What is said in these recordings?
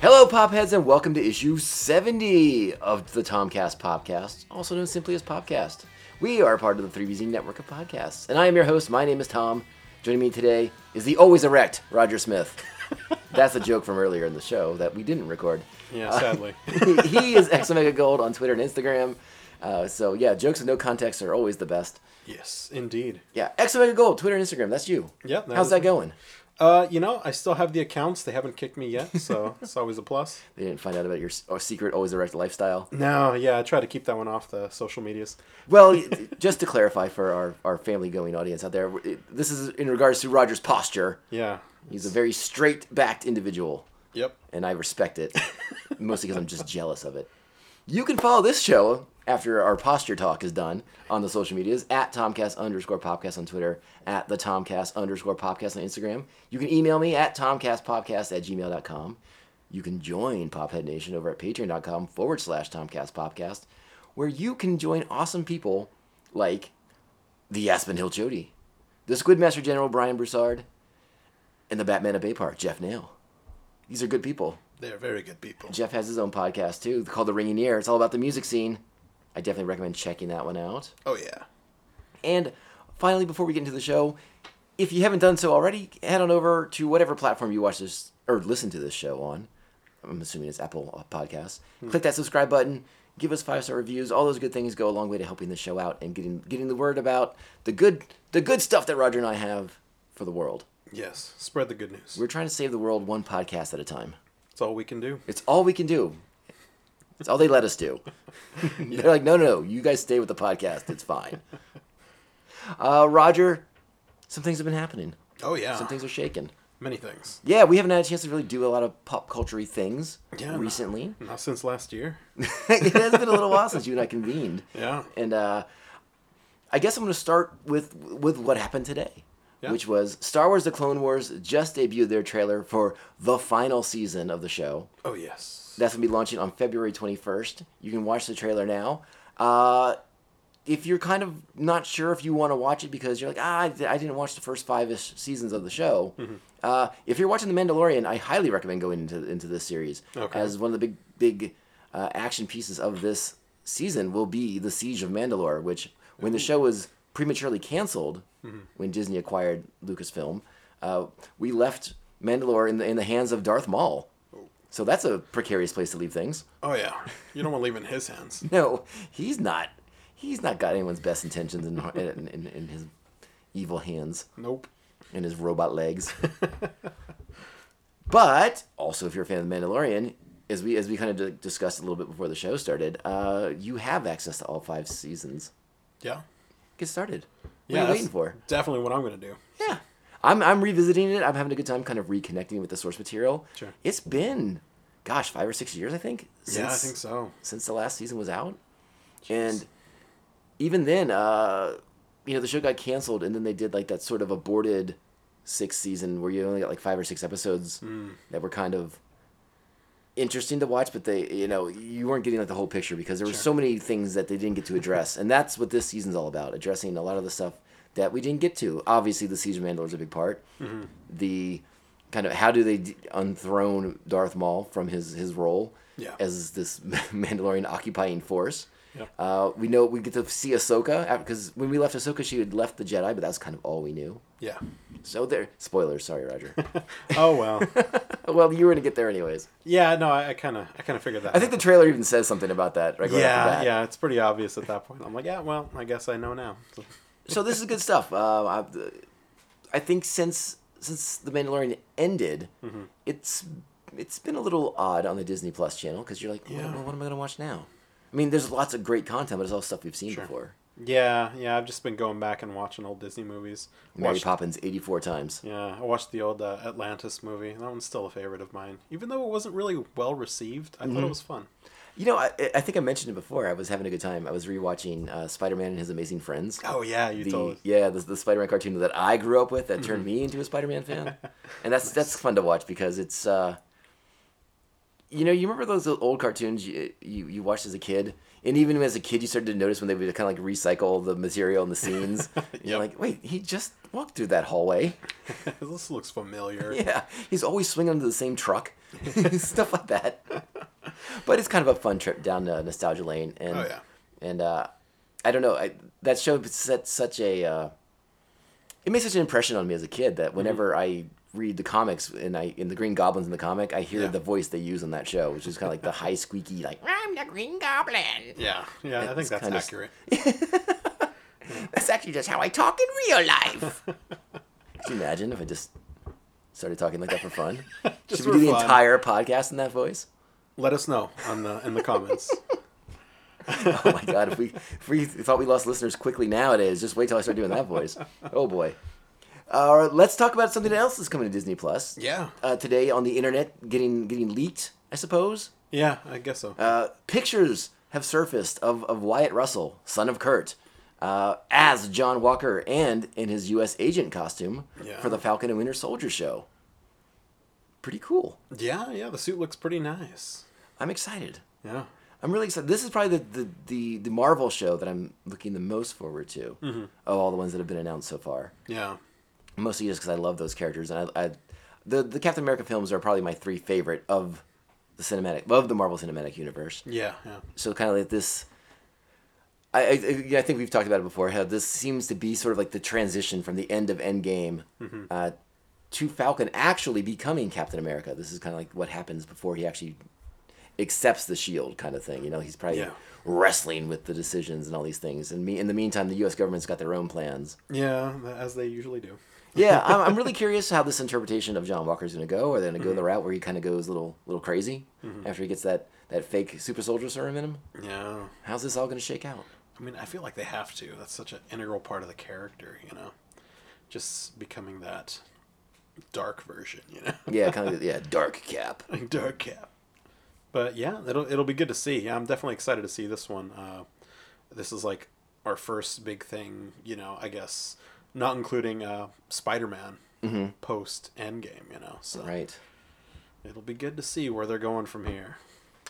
Hello, Popheads, and welcome to issue 70 of the Tomcast Popcast, also known simply as Popcast. We are part of the 3BZ network of podcasts, and I am your host. My name is Tom. Joining me today is the always erect Roger Smith. That's a joke from earlier in the show that we didn't record. Yeah, sadly. he is X Omega Gold on Twitter and Instagram. Uh, so, yeah, jokes with no context are always the best. yes, indeed. Yeah, X Omega Gold, Twitter and Instagram. That's you. Yeah, that How's is that me. going? Uh, you know, I still have the accounts. They haven't kicked me yet, so it's always a plus. They didn't find out about your s- or secret always erect lifestyle. No, yeah, I try to keep that one off the social medias. Well, just to clarify for our, our family going audience out there, it- this is in regards to Roger's posture. Yeah. He's a very straight backed individual, Yep. and I respect it, mostly because I'm just jealous of it. You can follow this show after our posture talk is done on the social medias at Tomcast underscore podcast on Twitter, at the Tomcast underscore podcast on Instagram. You can email me at TomcastPopcast at gmail.com. You can join Pophead Nation over at patreon.com forward slash Tomcast Popcast, where you can join awesome people like the Aspen Hill Chody, the Squid Master General Brian Broussard, and the Batman of Bay Park, Jeff Nail. These are good people. They're very good people. Jeff has his own podcast too called The Ringing Ear. It's all about the music scene. I definitely recommend checking that one out. Oh, yeah. And finally, before we get into the show, if you haven't done so already, head on over to whatever platform you watch this or listen to this show on. I'm assuming it's Apple Podcasts. Click that subscribe button. Give us five star reviews. All those good things go a long way to helping the show out and getting getting the word about the good the good stuff that Roger and I have for the world. Yes, spread the good news. We're trying to save the world one podcast at a time. That's all we can do. It's all we can do. It's all they let us do. They're like, no, no, no, you guys stay with the podcast. It's fine. Uh, Roger, some things have been happening. Oh, yeah. Some things are shaking. Many things. Yeah, we haven't had a chance to really do a lot of pop culture things Yeah. recently. Not since last year. it has been a little while since you and I convened. Yeah. And uh, I guess I'm going to start with with what happened today, Yeah. which was Star Wars: The Clone Wars just debuted their trailer for the final season of the show. Oh, yes. That's gonna be launching on February 21st. You can watch the trailer now. Uh, if you're kind of not sure if you want to watch it because you're like, ah, I di- I didn't watch the first five ish seasons of the show. Uh, if you're watching The Mandalorian, I highly recommend going into into this series Okay. as one of the big big uh, action pieces of this season will be the Siege of Mandalore, which when the show was prematurely canceled when Disney acquired Lucasfilm, uh, we left Mandalore in the in the hands of Darth Maul. So that's a precarious place to leave things. Oh, yeah. You don't want to leave it in his hands. No, he's not. He's not got anyone's best intentions in in, in, in his evil hands Nope. and his robot legs. but also, if you're a fan of The Mandalorian, as we as we kind of d- discussed a little bit before the show started, uh, you have access to all five seasons. Yeah. Get started. What yeah, are you that's waiting for? Definitely what I'm going to do. Yeah. I'm, I'm revisiting it. I'm having a good time kind of reconnecting with the source material. Sure. It's been, gosh, five or six years, I think. yeah, I since- think so. since the last season was out. And even then, uh, you know, the show got canceled, and then they did like that sort of aborted sixth season where you only got like five or six episodes that were kind of interesting to watch, but they, you know, you weren't getting like the whole picture because there were so many things that they didn't get to address, and that's what this season's all about, addressing a lot of the stuff that we didn't get to. Obviously, the Siege of Mandalore is a big part. The kind of how do they d- unthrone Darth Maul from his his role Yeah. as this Mandalorian occupying force. Yep. Uh, we know we get to see Ahsoka because when we left Ahsoka, she had left the Jedi, but that's kind of all we knew. Yeah. So there, spoilers. Sorry, Roger. Oh, well. well, you were gonna get there anyways. yeah, no, I kind of I kind of figured that I think the trailer even says something about that. Right right off the yeah, bat. yeah, it's pretty obvious at that point. I'm like, yeah, well, I guess I know now. So- so this is good stuff. Uh, I, I think since since the Mandalorian ended, Mm-hmm. it's it's been a little odd on the Disney Plus channel because you're like, well, Yeah. well, what am I going to watch now? I mean, there's lots of great content, but it's all stuff we've seen Sure. before. Yeah, yeah, I've just been going back and watching old Disney movies. Mary Watched- Poppins 84 times. yeah, I watched the old uh, Atlantis movie. That one's still a favorite of mine, even though it wasn't really well received. I thought it was fun. You know, I, I think I mentioned it before. I was having a good time. I was rewatching uh, Spider-Man and His Amazing Friends. Oh yeah, you the told. yeah the, the Spider-Man cartoon that I grew up with that turned me into a Spider-Man fan, and that's that's fun to watch because it's uh, you know, you remember those old cartoons you, you you watched as a kid, and even as a kid, you started to notice when they would kind of like recycle the material and the scenes. You're Yep. like, wait, he just walked through that hallway. this looks familiar. Yeah, he's always swinging under the same truck, stuff like that. But it's kind of a fun trip down uh, nostalgia lane, and Oh, yeah. and uh, I don't know, I, that show set such a uh, it made such an impression on me as a kid that whenever Mm-hmm. I read the comics and I in the Green Goblins in the comic, I hear Yeah. the voice they use on that show, which is kind of like the high squeaky like I'm the Green Goblin. Yeah, yeah, I think that's kinda s- accurate. That's actually just how I talk in real life. Could you imagine if I just started talking like that for fun? Just Should we for do the fun. entire podcast in that voice? Let us know on the in the comments. Oh my god, if we if we thought we lost listeners quickly nowadays, just wait till I start doing that voice. Oh boy. Uh, let's talk about something else that's coming to Disney Plus. yeah, Uh, today on the internet, getting getting leaked, I suppose. yeah, I guess so. Uh, pictures have surfaced of, of Wyatt Russell, son of Kurt, uh, as John Walker and in his U.S. agent costume Yeah. for the Falcon and Winter Soldier show. Pretty cool. yeah, yeah, the suit looks pretty nice. I'm excited. Yeah, I'm really excited. This is probably the, the, the, the Marvel show that I'm looking the most forward to of all the ones that have been announced so far. yeah, Mostly just because I love those characters, and I, I the the Captain America films are probably my three favorite of the cinematic of the Marvel Cinematic Universe. yeah, yeah. So kind of like this. I, I I think we've talked about it before. How this seems to be sort of like the transition from the end of Endgame uh, to Falcon actually becoming Captain America. This is kind of like what happens before he actually accepts the shield, kind of thing. You know, he's probably Yeah. wrestling with the decisions and all these things. And me, in the meantime, the U.S. government's got their own plans. Yeah, as they usually do. Yeah, I'm, I'm really curious how this interpretation of John Walker's going to go. Are they going to go the route where he kind of goes a little little crazy after he gets that that fake super soldier serum in him? Yeah. How's this all going to shake out? I mean, I feel like they have to. That's such an integral part of the character, you know? Just becoming that dark version, you know? Yeah, kind of. Yeah, dark cap. like dark cap. But yeah, it'll it'll be good to see. Yeah, I'm definitely excited to see this one. Uh, this is like our first big thing, you know. I guess not including uh, Spider-Man Mm-hmm. post Endgame, you know. So Right. it'll be good to see where they're going from here.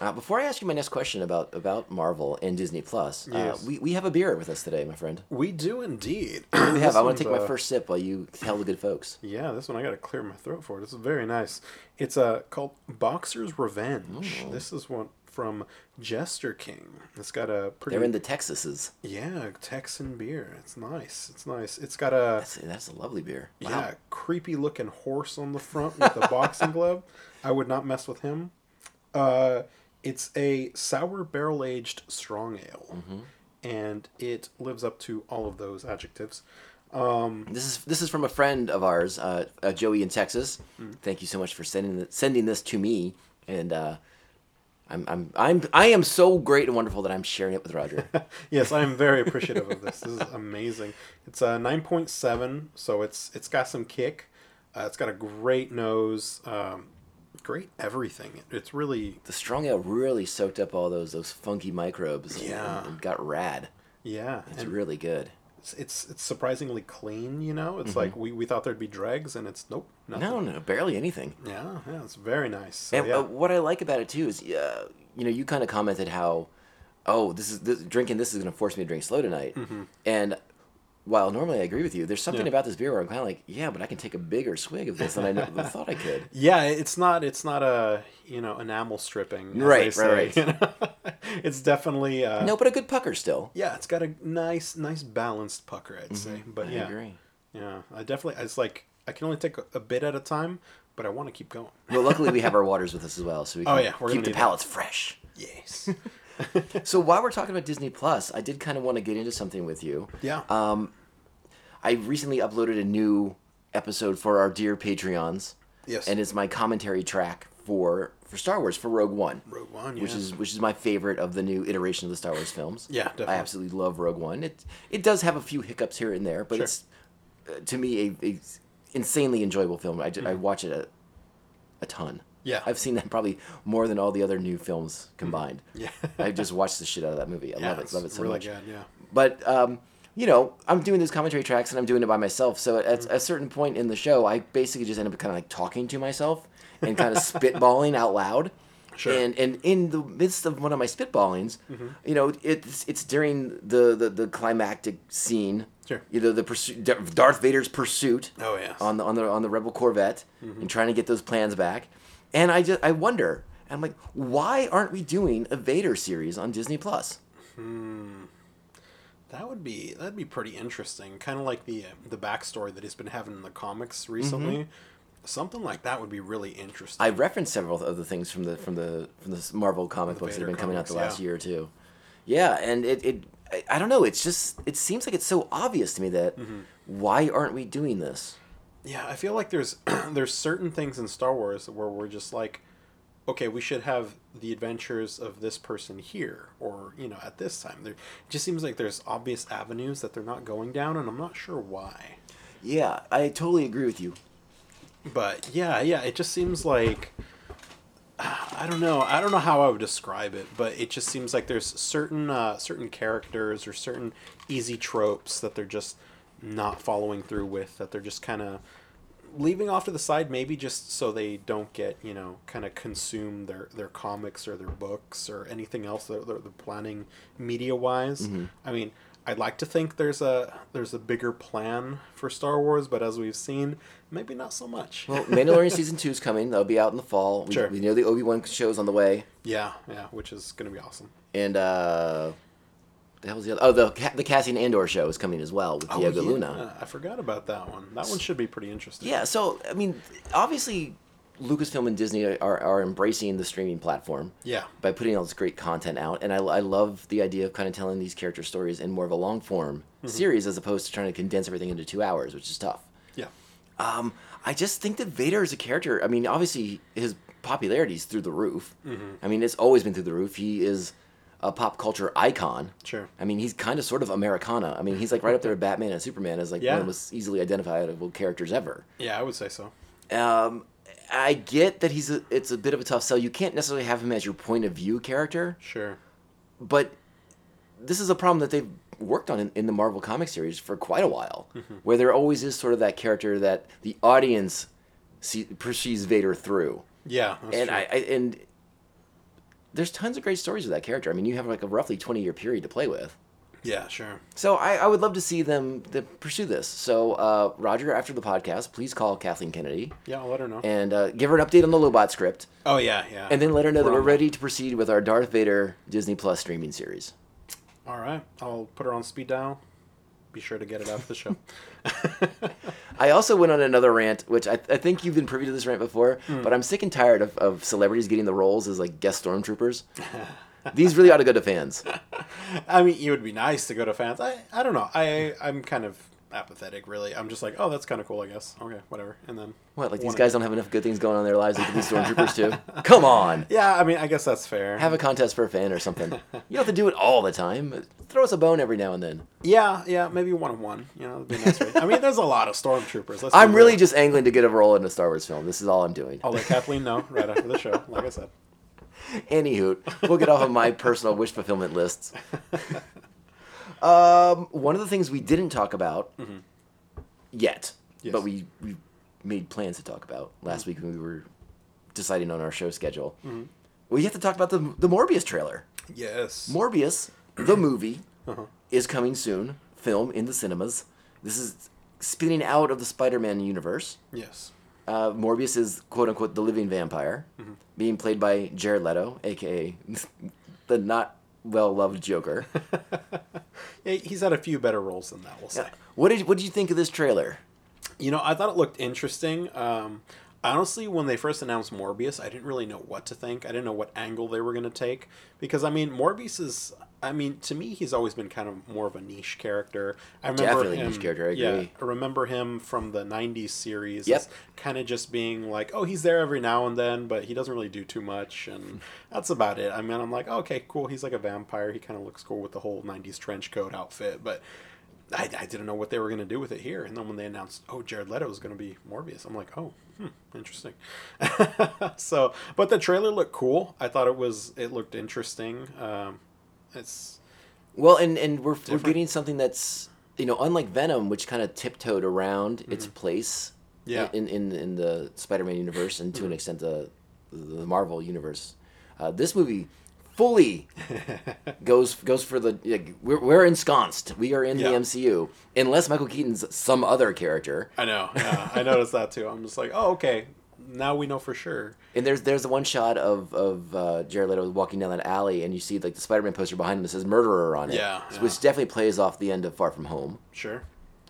Uh, before I ask you my next question about about Marvel and Disney Plus, Yes. uh, we we have a beer with us today, my friend. We do indeed. We have. I want to take my first sip while you tell the good folks. Yeah, this one I gotta clear my throat for. This is very nice. It's uh, called Boxer's Revenge. Oh. This is one from Jester King. It's got a pretty They're in the Texases. yeah Texan beer. It's nice. It's nice. It's got a That's, that's a lovely beer. Wow. yeah creepy looking horse on the front with a boxing glove. I would not mess with him. Uh, it's a sour barrel aged strong ale, Mm-hmm. and it lives up to all of those adjectives. This is this is from a friend of ours, uh, uh, Joey in Texas. Mm-hmm. Thank you so much for sending th- sending this to me, and uh, I'm I'm I'm I am so great and wonderful that I'm sharing it with Roger. yes, I'm very appreciative of this. This is amazing. It's uh, a 9.7, so it's it's got some kick. Uh, it's got a great nose, um, great everything. It's really the strong ale really soaked up all those those funky microbes. and- Yeah. and got rad. yeah, It's and really good. it's, it's it's surprisingly clean. You know, it's like we, we thought there'd be dregs, and it's nope, nothing. Mm-hmm. No, no, barely anything. Yeah, yeah, it's very nice. So, And Oh, yeah. uh, what I like about it too is, uh, you know, you kind of commented how, oh, this is this, drinking this is going to force me to drink slow tonight. And while normally I agree with you, there's something Mm-hmm. Yeah. about this beer where I'm kind of like, yeah, but I can take a bigger swig of this than I never thought I could. Yeah, it's not it's not a you know enamel stripping, as they Right, say, right, you know? it's definitely uh, No, but a good pucker still. Yeah, it's got a nice nice balanced pucker, I'd say. But Mm-hmm. I yeah, agree. Yeah, I definitely. It's like I can only take a, a bit at a time, but I want to keep going. Well, luckily we have our waters with us as well, so we can Oh, yeah, we're keep the gonna need that. palates fresh. Yes. So while we're talking about Disney Plus, I did kind of want to get into something with you. yeah. Um, I recently uploaded a new episode for our dear Patreons. yes. and it's my commentary track for for Star Wars for Rogue One, Rogue One. Yeah. which is which is my favorite of the new iteration of the Star Wars films. Yeah, definitely. I absolutely love Rogue One. It it does have a few hiccups here and there, but Sure. it's uh, to me a, a insanely enjoyable film. I, ju- I watch it a, a ton. Mm-hmm. Yeah. I've seen that probably more than all the other new films combined. Mm-hmm. Yeah. I just watched the shit out of that movie. I yeah, love it. it's Love it so really much. Good, yeah. But um, you know, I'm doing these commentary tracks and I'm doing it by myself. So at a certain point in the show, I basically just end up kind of like talking to myself and kind of spitballing out loud. Sure. Mm-hmm. And and in the midst of one of my spitballings, you know, it's it's during the the, the climactic scene. Sure. You know, the pursuit, Darth Vader's pursuit. Oh, yes. On the on the on the Rebel Corvette Mm-hmm. and trying to get those plans back, and I just I wonder. I'm like, why aren't we doing a Vader series on Disney Plus? That would be that'd be pretty interesting. Kind of like the the backstory that he's been having in the comics recently. Mm-hmm. Something like that would be really interesting. I referenced several of the things from the from the from the Marvel comic books that have Vader been coming out comics, the last yeah. year or two. Yeah, and it, it I- I don't know. It's just it seems like it's so obvious to me that Mm-hmm. why aren't we doing this? yeah, I feel like there's there's certain things in Star Wars where we're just like, okay, we should have the adventures of this person here, or you know, at this time. There it just seems like there's obvious avenues that they're not going down, and I'm not sure why. Yeah, I totally agree with you. But yeah, yeah, it just seems like I don't know. I don't know how I would describe it, but it just seems like there's certain uh, certain characters or certain easy tropes that they're just not following through with. That they're just kind of leaving off to the side, maybe just so they don't get you know kind of consume their their comics or their books or anything else that they're, they're planning media wise. I mean. I'd like to think there's a there's a bigger plan for Star Wars, but as we've seen, maybe not so much. Well, Mandalorian season two is coming. That'll be out in the fall. We, Sure. we know the Obi Wan show's on the way, yeah, yeah, which is gonna be awesome. and uh, the hell's the other? Oh, the Ca- the Cassian Andor show is coming as well Oh, with Diego Luna. Uh, I forgot about that one. That one should be pretty interesting. Yeah, so I mean, obviously, Lucasfilm and Disney are are embracing the streaming platform. Yeah. by putting all this great content out. And I, I love the idea of kind of telling these character stories in more of a long form Mm-hmm. series as opposed to trying to condense everything into two hours, which is tough. Yeah. Um, I just think that Vader is a character. I mean, obviously, his popularity is through the roof. Mm-hmm. I mean, it's always been through the roof. He is a pop culture icon. Sure. I mean, he's kind of sort of Americana. I mean, he's like right up there with Batman and Superman as like one Yeah. of the most easily identifiable characters ever. Yeah, I would say so. Um, I get that he's a, it's a bit of a tough sell. You can't necessarily have him as your point of view character Sure. but this is a problem that they've worked on in, in the Marvel comic series for quite a while, Mm-hmm. where there always is sort of that character that the audience see, perceives Vader through, Yeah. that's and true. I, I and there's tons of great stories with that character. I mean, you have like a roughly 20 year period to play with. Yeah, sure. So I, I would love to see them to pursue this. So uh, Roger, after the podcast, please call Kathleen Kennedy Yeah, I'll let her know. and uh, give her an update on the Lobot script, oh yeah, yeah. and then let her know that We're we're on ready to proceed with our Darth Vader Disney Plus streaming series. All right, I'll put her on speed dial. Be sure to get it after the show. I also went on another rant, which I, I think you've been privy to this rant before, but I'm sick and tired of, of celebrities getting the roles as like guest stormtroopers. These really ought to go to fans. I mean, it would be nice to go to fans. I, I don't know. I, I'm kind of apathetic, really. I'm just like, oh, that's kind of cool, I guess. Okay, whatever. And then What, like these wanna- guys don't have enough good things going on in their lives to be stormtroopers too? Come on! Yeah, I mean, I guess that's fair. Have a contest for a fan or something. You don't have to do it all the time. Throw us a bone every now and then. yeah, yeah, maybe one on one. You know, it'd be nice. right? I mean, there's a lot of stormtroopers. Let's I'm be really real. just angling to get a role in a Star Wars film. This is all I'm doing. I'll let Kathleen know right after the show. Like I said. Anywho, we'll get off of my personal wish fulfillment lists. um, one of the things we didn't talk about yet, Yes. but we, we made plans to talk about last week when we were deciding on our show schedule. We have to talk about the the Morbius trailer. Yes. Morbius, the movie, is coming soon. Film in the cinemas. This is spinning out of the Spider-Man universe. Yes. Uh, Morbius is quote unquote the living vampire, Mm-hmm. being played by Jared Leto, aka the not well loved Joker. Yeah, he's had a few better roles than that, we'll say. what did what did you think of this trailer? You know, I thought it looked interesting. Um, honestly, when they first announced Morbius, I didn't really know what to think. I didn't know what angle they were going to take because I mean, Morbius is. I mean, to me, he's always been kind of more of a niche character. I remember Definitely a him, niche character, I Yeah, agree. I remember him from the '90s series. Yep. as Kind of just being like, oh, he's there every now and then, but he doesn't really do too much, and that's about it. I mean, I'm like, okay, cool. He's like a vampire. He kind of looks cool with the whole '90s trench coat outfit, but I, I didn't know what they were going to do with it here. And then when they announced, oh, Jared Leto is going to be Morbius, I'm like, oh, hmm, interesting. so, but the trailer looked cool. I thought it was, it looked interesting. Um, it's, Well, and and we're we're getting something that's you know unlike Venom, which kind of tiptoed around its place Mm-hmm. Yeah. Mm-hmm. in in in the Spider Man universe and to an extent the the Marvel universe. Uh, this movie fully goes goes for the like, we're, we're ensconced. We are in Yeah. the MCU unless Michael Keaton's some other character. I know. Yeah, I noticed that too. I'm just like, oh, okay. Now we know for sure. And there's there's the one shot of of uh, Jared Leto walking down that alley, and you see like the Spider-Man poster behind him that says "murderer" on it, Yeah, so- yeah. which definitely plays off the end of Far From Home. Sure.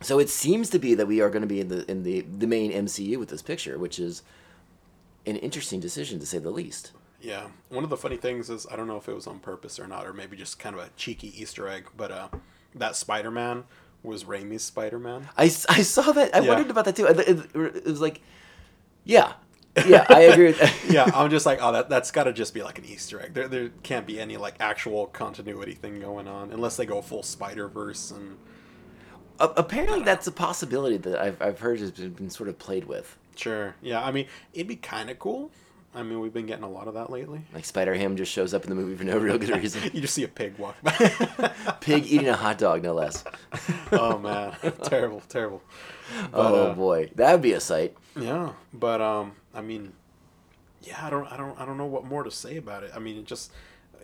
So it seems to be that we are going to be in the in the the main MCU with this picture, which is an interesting decision to say the least. Yeah. One of the funny things is I don't know if it was on purpose or not, or maybe just kind of a cheeky Easter egg, but uh, that Spider Man was Raimi's Spider Man. I, s- I saw that. I Yeah. wondered about that too. I- It, it, it was like, yeah, yeah, I agree. With, yeah, I'm just like, oh, that that's got to just be like an Easter egg. There, there can't be any like actual continuity thing going on unless they go full Spider Verse and A- apparently, that's a possibility that I've I've heard has been, been sort of played with, sure. Yeah, I mean, it'd be kind of cool. I mean, we've been getting a lot of that lately. like Spider Ham just shows up in the movie for no real good reason. You just see a pig walk by. Pig eating a hot dog, no less. oh man, terrible, terrible. But, oh uh, boy, that would be a sight. Yeah, but um, I mean, yeah, I don't, I don't, I don't know what more to say about it. I mean, it just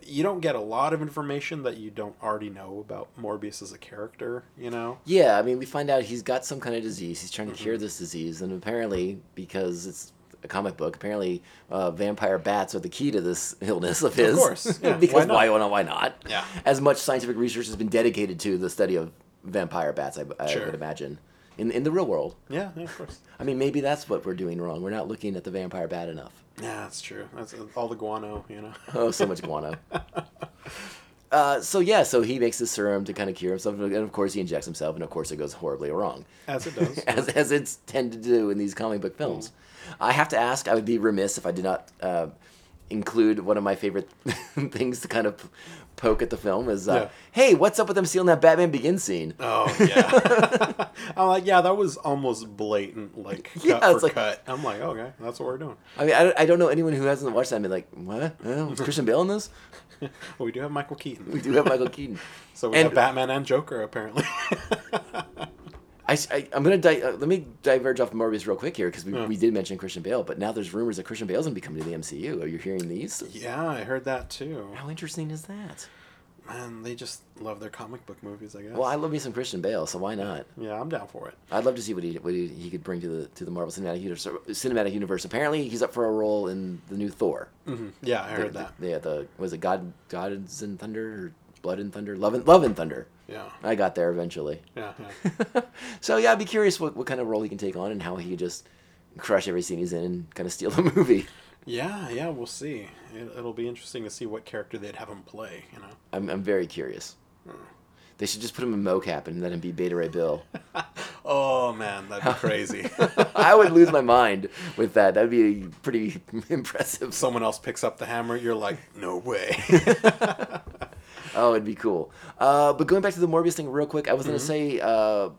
you don't get a lot of information that you don't already know about Morbius as a character. You know, Yeah, I mean, we find out he's got some kind of disease. He's trying to Mm-hmm. cure this disease, and apparently, because it's a comic book, apparently uh, vampire bats are the key to this illness of his. course, yeah, because why why not? Why not? Yeah. As much scientific research has been dedicated to the study of vampire bats, I, I Sure. would imagine, in in the real world. yeah, yeah, of course. I mean, maybe that's what we're doing wrong. We're not looking at the vampire bat enough. Yeah, that's true. That's uh, all the guano. You know. Oh, so much guano. Uh, so yeah, so he makes this serum to kind of cure himself, and of course he injects himself, and of course it goes horribly wrong. As it does. as, as it's tended to do in these comic book films. I have to ask, I would be remiss if I did not uh, include one of my favorite things to kind of poke at the film is, uh, Yeah. hey, what's up with them stealing that Batman Begins scene? Oh yeah. I'm like, yeah, that was almost blatant, like cut Yeah, for it's like- cut. I'm like, okay, that's what we're doing. I mean, I, don't- I don't know anyone who hasn't watched that and been like, what? Oh, is Christian Bale in this? Well, we do have Michael Keaton. We do have Michael Keaton. So we And- have Batman and Joker apparently. I, am gonna di- uh, let me diverge off Morbius real quick here because we, we did mention Christian Bale, but now there's rumors that Christian Bale's gonna be coming to the MCU. Are you hearing these? yeah, I heard that too. How interesting is that? Man, they just love their comic book movies, I guess. Well, I love me some Christian Bale, so why not? yeah, I'm down for it. I'd love to see what he what he, he could bring to the to the Marvel Cinematic Universe. Cinematic Universe. Apparently, he's up for a role in the new Thor. hmm Yeah, I heard that. Yeah, Mm-hmm. the was it God Gods and Thunder or Blood and Thunder, Love and Love and Thunder. Yeah, I got there eventually. yeah, yeah. so yeah, I'd be curious what, what kind of role he can take on and how he could just crush every scene he's in and kind of steal the movie. yeah, yeah. We'll see. It, it'll be interesting to see what character they'd have him play. You know. I'm I'm very curious. They should just put him in mocap and let him be Beta Ray Bill. Oh man, that'd be crazy. I would lose my mind with that. That'd be pretty impressive. Someone else picks up the hammer. You're like, no way. Oh, it'd be cool. Uh, but going back to the Morbius thing real quick, I was Mm-hmm. going to say, uh,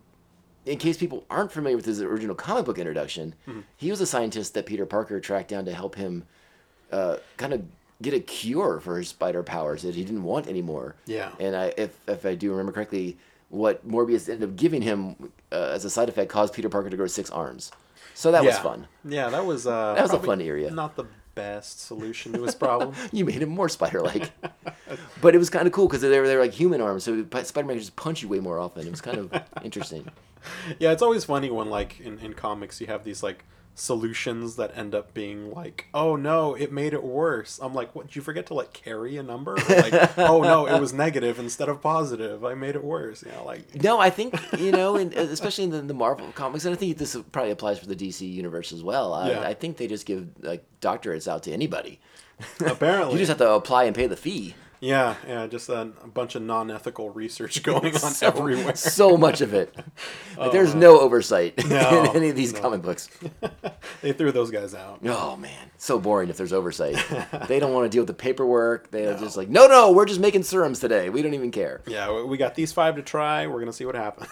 in case people aren't familiar with his original comic book introduction, Mm-hmm. he was a scientist that Peter Parker tracked down to help him uh, kind of get a cure for his spider powers that he didn't want anymore. Yeah. And I, if, if I do remember correctly, what Morbius ended up giving him uh, as a side effect caused Peter Parker to grow six arms. So that was Yeah. fun. Yeah, that was uh, That was a probably fun area. Not the best solution to his problem. You made him more spider-like, but it was kind of cool because they were they were like human arms, so Spider-Man could just punch you way more often. It was kind of interesting. yeah, it's always funny when like in, in comics you have these like solutions that end up being like, oh no, it made it worse. I'm like, what? Did you forget to like carry a number? Or, like, oh no, it was negative instead of positive. I made it worse. Yeah, like No, I think you know, and uh, especially in the, the Marvel comics, and I think this probably applies for the DC universe as well. I, Yeah. I think they just give like doctorates out to anybody. apparently, You just have to apply and pay the fee. yeah, yeah, just a, a bunch of non-ethical research going on So- everywhere. So much of it. Like, there's no oversight Oh, No, in any of these no. comic books. they threw those guys out. Oh man, so boring if there's oversight. they don't want to deal with the paperwork. They're just like, no, no, we're just making serums today. We don't even care. Yeah, we- we got these five to try. We're gonna see what happens.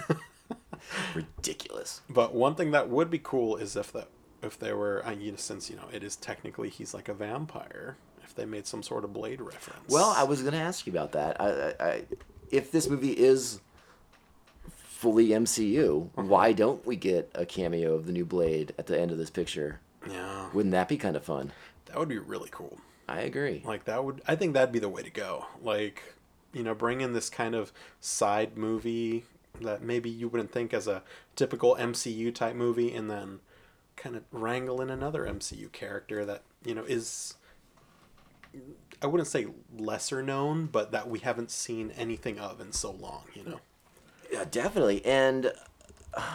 Ridiculous. But one thing that would be cool is if that if they were, I mean, since you know it is technically he's like a vampire. If they made some sort of blade reference. Well, I was going to ask you about that. I, I, I, if this movie is fully MCU, why don't we get a cameo of the new Blade at the end of this picture? yeah, Wouldn't that be kind of fun? that would be really cool. I agree. Like that would I think that'd be the way to go. Like, you know, bring in this kind of side movie that maybe you wouldn't think as a typical MCU type movie and then kind of wrangle in another MCU character that, you know, is I wouldn't say lesser known, but that we haven't seen anything of in so long, you know. Yeah, definitely. And uh,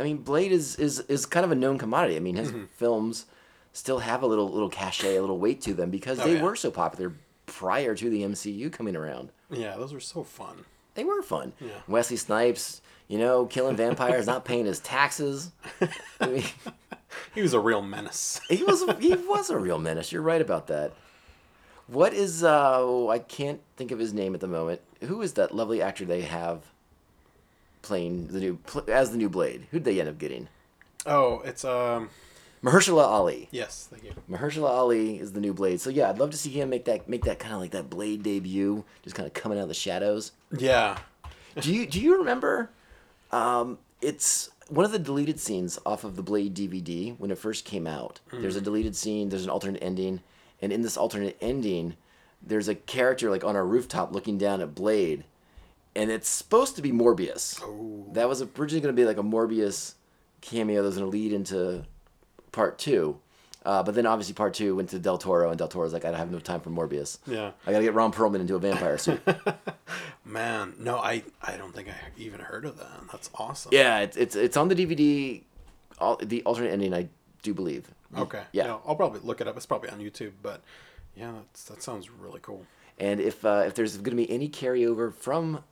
I mean, Blade is, is is kind of a known commodity. I mean, his films still have a little little cachet, a little weight to them because Oh, they yeah. were so popular prior to the MCU coming around. Yeah, those were so fun. They were fun. Wesley Snipes, you know, killing vampires, not paying his taxes. I mean, He was a real menace. he was he was a real menace. You're right about that. What is uh? oh, I can't think of his name at the moment. Who is that lovely actor they have playing the new pl- as the new Blade? Who'd they end up getting? Oh, it's um Mahershala Ali. yes, thank you. Mahershala Ali is the new Blade. So yeah, I'd love to see him make that make that kind of like that Blade debut, just kind of coming out of the shadows. Yeah. Do you do you remember? Um, it's one of the deleted scenes off of the Blade DVD when it first came out. There's a deleted scene. There's an alternate ending, and in this alternate ending, there's a character like on a rooftop looking down at Blade, and it's supposed to be Morbius. That was originally going to be like a Morbius cameo that was going to lead into part two. Uh, but then obviously part two went to Del Toro, and Del Toro's like, I don't have no time for Morbius. Yeah. I got to get Ron Perlman into a vampire suit. Man, no, I I don't think I even heard of that. That's awesome. Yeah, it's it's, it's on the DVD, all, the alternate ending. I do believe. Okay. Yeah. No, I'll probably look it up. It's probably on YouTube, but yeah, that's, that sounds really cool. And if uh, if there's going to be any carryover from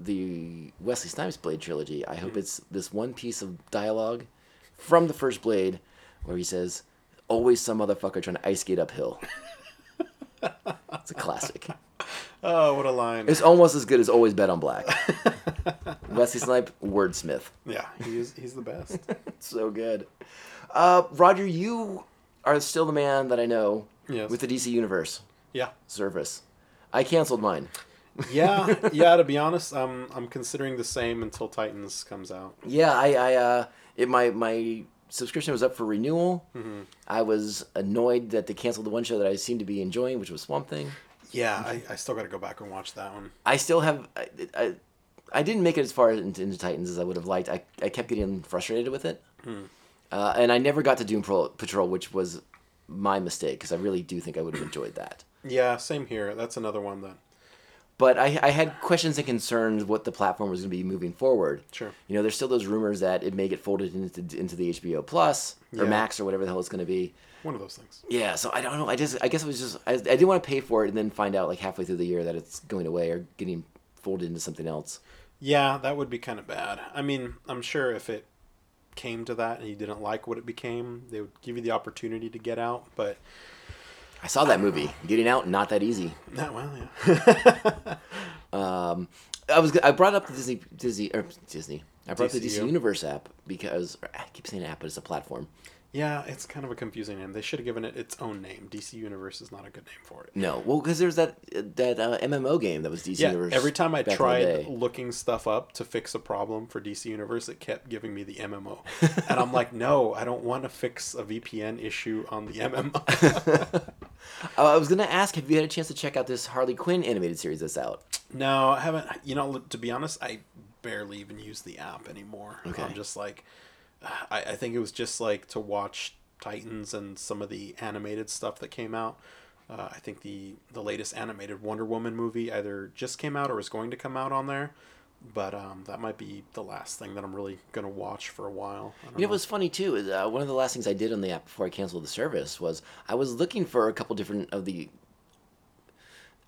the Wesley Snipes Blade trilogy, I hope it's this one piece of dialogue from the first Blade, where he says, "Always some motherfucker trying to ice skate uphill." it's a classic. Oh, what a line. It's almost as good as "Always Bet on Black." Wesley Snipes, wordsmith. yeah, he's he's the best. So good. Uh, Roger, you are still the man that I know Yes. with the DC Universe yeah. service. I canceled mine. Yeah, yeah, to be honest, um I'm considering the same until Titans comes out. Yeah, I, I uh, it, my my subscription was up for renewal. I was annoyed that they canceled the one show that I seemed to be enjoying, which was Swamp Thing. Yeah, I, I still got to go back and watch that one. I still have. I, I, I didn't make it as far into, into Titans as I would have liked. I, I kept getting frustrated with it. Uh, and I never got to Doom Pro- Patrol, which was my mistake, because I really do think I would have enjoyed that. Yeah, same here. That's another one that but I, I had questions and concerns what the platform was going to be moving forward. Sure. You know, there's still those rumors that it may get folded into into the HBO Plus or Yeah. Max or whatever the hell it's going to be. one of those things. Yeah. So I don't know. I just I guess it was just I, I didn't want to pay for it and then find out like halfway through the year that it's going away or getting folded into something else. Yeah, that would be kind of bad. I mean, I'm sure if it came to that and you didn't like what it became, they would give you the opportunity to get out, but I saw that movie. Getting out not that easy. no, well, yeah. Um, I was I brought up the Disney Disney or Disney. I brought up the DCU. DC Universe app because or I keep saying app, but it's a platform. yeah, it's kind of a confusing name. They should have given it its own name. DC Universe is not a good name for it. No, well, because there's that that uh, MMO game that was DC Yeah, Universe. every time I back in the tried day. looking stuff up to fix a problem for DC Universe, it kept giving me the MMO. and I'm like, no, I don't want to fix a VPN issue on the MMO. Uh, I was gonna ask, have you had a chance to check out this Harley Quinn animated series that's out? no, I haven't. You know, to be honest, I barely even use the app anymore. Okay. I'm just like, I, I think it was just like to watch Titans and some of the animated stuff that came out. Uh, I think the the latest animated Wonder Woman movie either just came out or is going to come out on there. But um, that might be the last thing that I'm really gonna watch for a while. I don't You know, what's funny too is uh, one of the last things I did on the app before I canceled the service was I was looking for a couple different of the.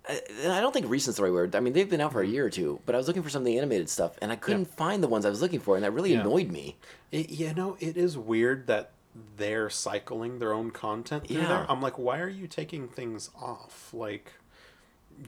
I, I don't think recent's the right word. I mean, they've been out Mm-hmm. for a year or two, but I was looking for some of the animated stuff, and I couldn't find the ones I was looking for, and that really Yeah. annoyed me. It, you know, it is weird that they're cycling their own content through Yeah. there. I'm like, why are you taking things off? Like,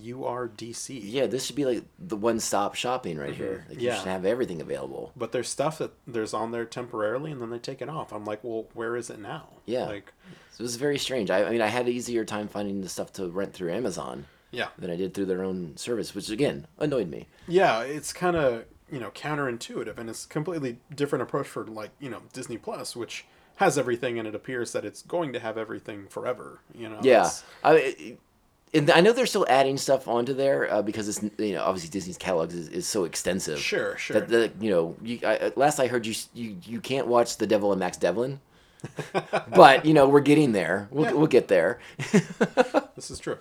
you are DC. Yeah, this should be like the one-stop shopping right here. Like you Mm-hmm. Yeah. should have everything available. But there's stuff that there's on there temporarily, and then they take it off. I'm like, well, where is it now? Yeah. Like, So it was very strange. I, I mean, I had an easier time finding the stuff to rent through Amazon yeah, than I did through their own service, which again annoyed me. yeah. It's kind of you know counterintuitive, and it's completely different approach for like you know Disney Plus, which has everything, and it appears that it's going to have everything forever. You know. Yeah, It's- I, it- and I know they're still adding stuff onto there uh, because it's you know obviously Disney's catalog is, is so extensive. Sure, sure. That, that you know, you, I, uh, last I heard, you, s- you you can't watch The Devil and Max Devlin, but you know we're getting there. We'll, Yeah. we'll get there. this is true.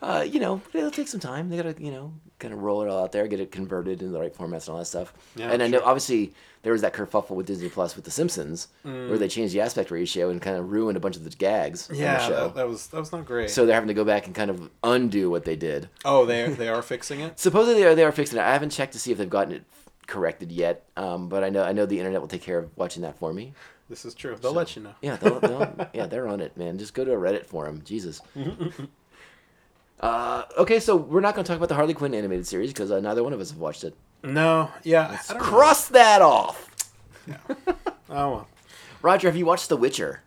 Uh, you know, but it'll take some time. They gotta you know kind of roll it all out there, get it converted in the right formats and all that stuff. Yeah, and I know sure. obviously there was that kerfuffle with Disney Plus with The Simpsons, where they changed the aspect ratio and kind of ruined a bunch of the gags on the Mm. Yeah, show. that, that was that was not great. So they're having to go back and kind of undo what they did. oh, they they are fixing it. Supposedly they are, they are fixing it. I haven't checked to see if they've gotten it corrected yet, um, but I know I know the internet will take care of watching that for me. This is true. They'll let you know. Yeah, they'll, they'll, yeah, they're on it, man. Just go to a Reddit forum. Jesus. uh, okay, so we're not going to talk about the Harley Quinn animated series because uh, neither one of us have watched it. No, yeah. I don't know. Cross that off. Oh, well. Roger, have you watched The Witcher?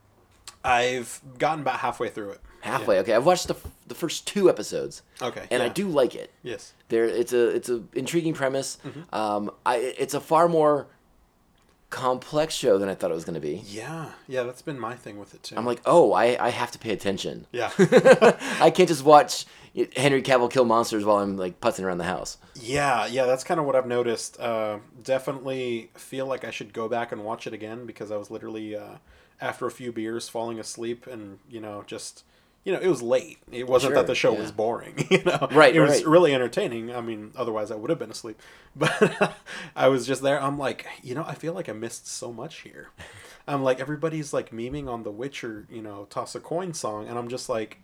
I've gotten about halfway through it. Halfway. Okay, I've watched the f- the first two episodes. Okay, and I yeah. do like it. Yes. There, it's a it's a intriguing premise. Um, I it's a far more complex show than I thought it was going to be. Yeah, yeah. That's been my thing with it too. I'm like, oh, I I have to pay attention. yeah, I can't just watch Henry Cavill kill monsters while I'm like putzing around the house. yeah, yeah. That's kind of what I've noticed. Uh, definitely feel like I should go back and watch it again because I was literally uh, after a few beers falling asleep and you know just you know it was late. It wasn't Sure, that the show yeah. was boring. You know, Right, It was right. really entertaining. I mean, otherwise I would have been asleep. But I was just there. I'm like, you know, I feel like I missed so much here. I'm like, everybody's like memeing on the Witcher, you know, toss a coin song, and I'm just like.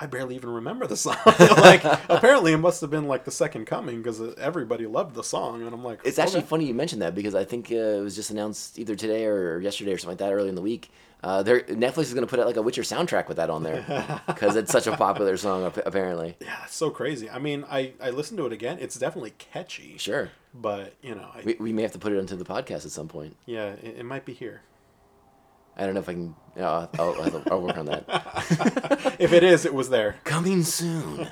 I barely even remember the song. like, apparently, it must have been like the second coming because everybody loved the song, and I'm like, It's actually okay. funny you mentioned that because I think uh, it was just announced either today or yesterday or something like that early in the week. Uh, they're- Netflix is going to put out like a Witcher soundtrack with that on there because it's such a popular song ap- apparently. yeah, it's so crazy. I mean, I I listened to it again. It's definitely catchy, Sure, but you know, I, we, we may have to put it onto the podcast at some point. yeah, it, it might be here. I don't know if I can. Uh, I'll, I'll, I'll work on that. If it is, it was there. Coming soon,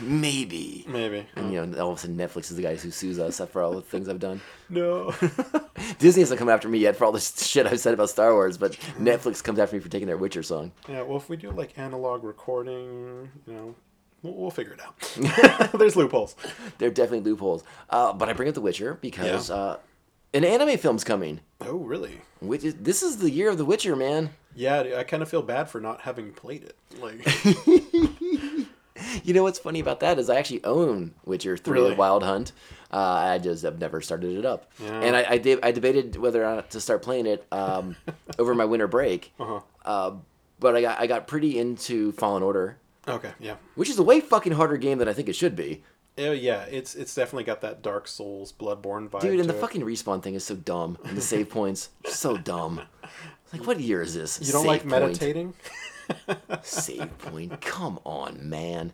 maybe. Maybe And you know, all of a sudden Netflix is the guy who sues us for all the things I've done. no. Disney hasn't come after me yet for all this shit I've said about Star Wars, but Netflix comes after me for taking their Witcher song. yeah, well, if we do like analog recording, you know, we'll, we'll figure it out. There's loopholes. They're definitely loopholes. Uh, but I bring up The Witcher because Yeah. uh, an anime film's coming. Oh, really? Which is, this is the year of The Witcher, man. Yeah, dude, I kind of feel bad for not having played it. Like, You know what's funny about that is I actually own Witcher Three: Really? Wild Hunt. Uh, I just have never started it up, Yeah. and I I, did, I debated whether or not to start playing it um, over my winter break. uh-huh. Uh, but I got I got pretty into Fallen Order, okay, yeah. which is a way fucking harder game than I think it should be. Oh yeah, it's it's definitely got that Dark Souls, Bloodborne vibe. Dude, and the to it. fucking respawn thing is so dumb. And the save points, so dumb. Like, what year is this? you don't Save like point. meditating? Save point. Come on, man.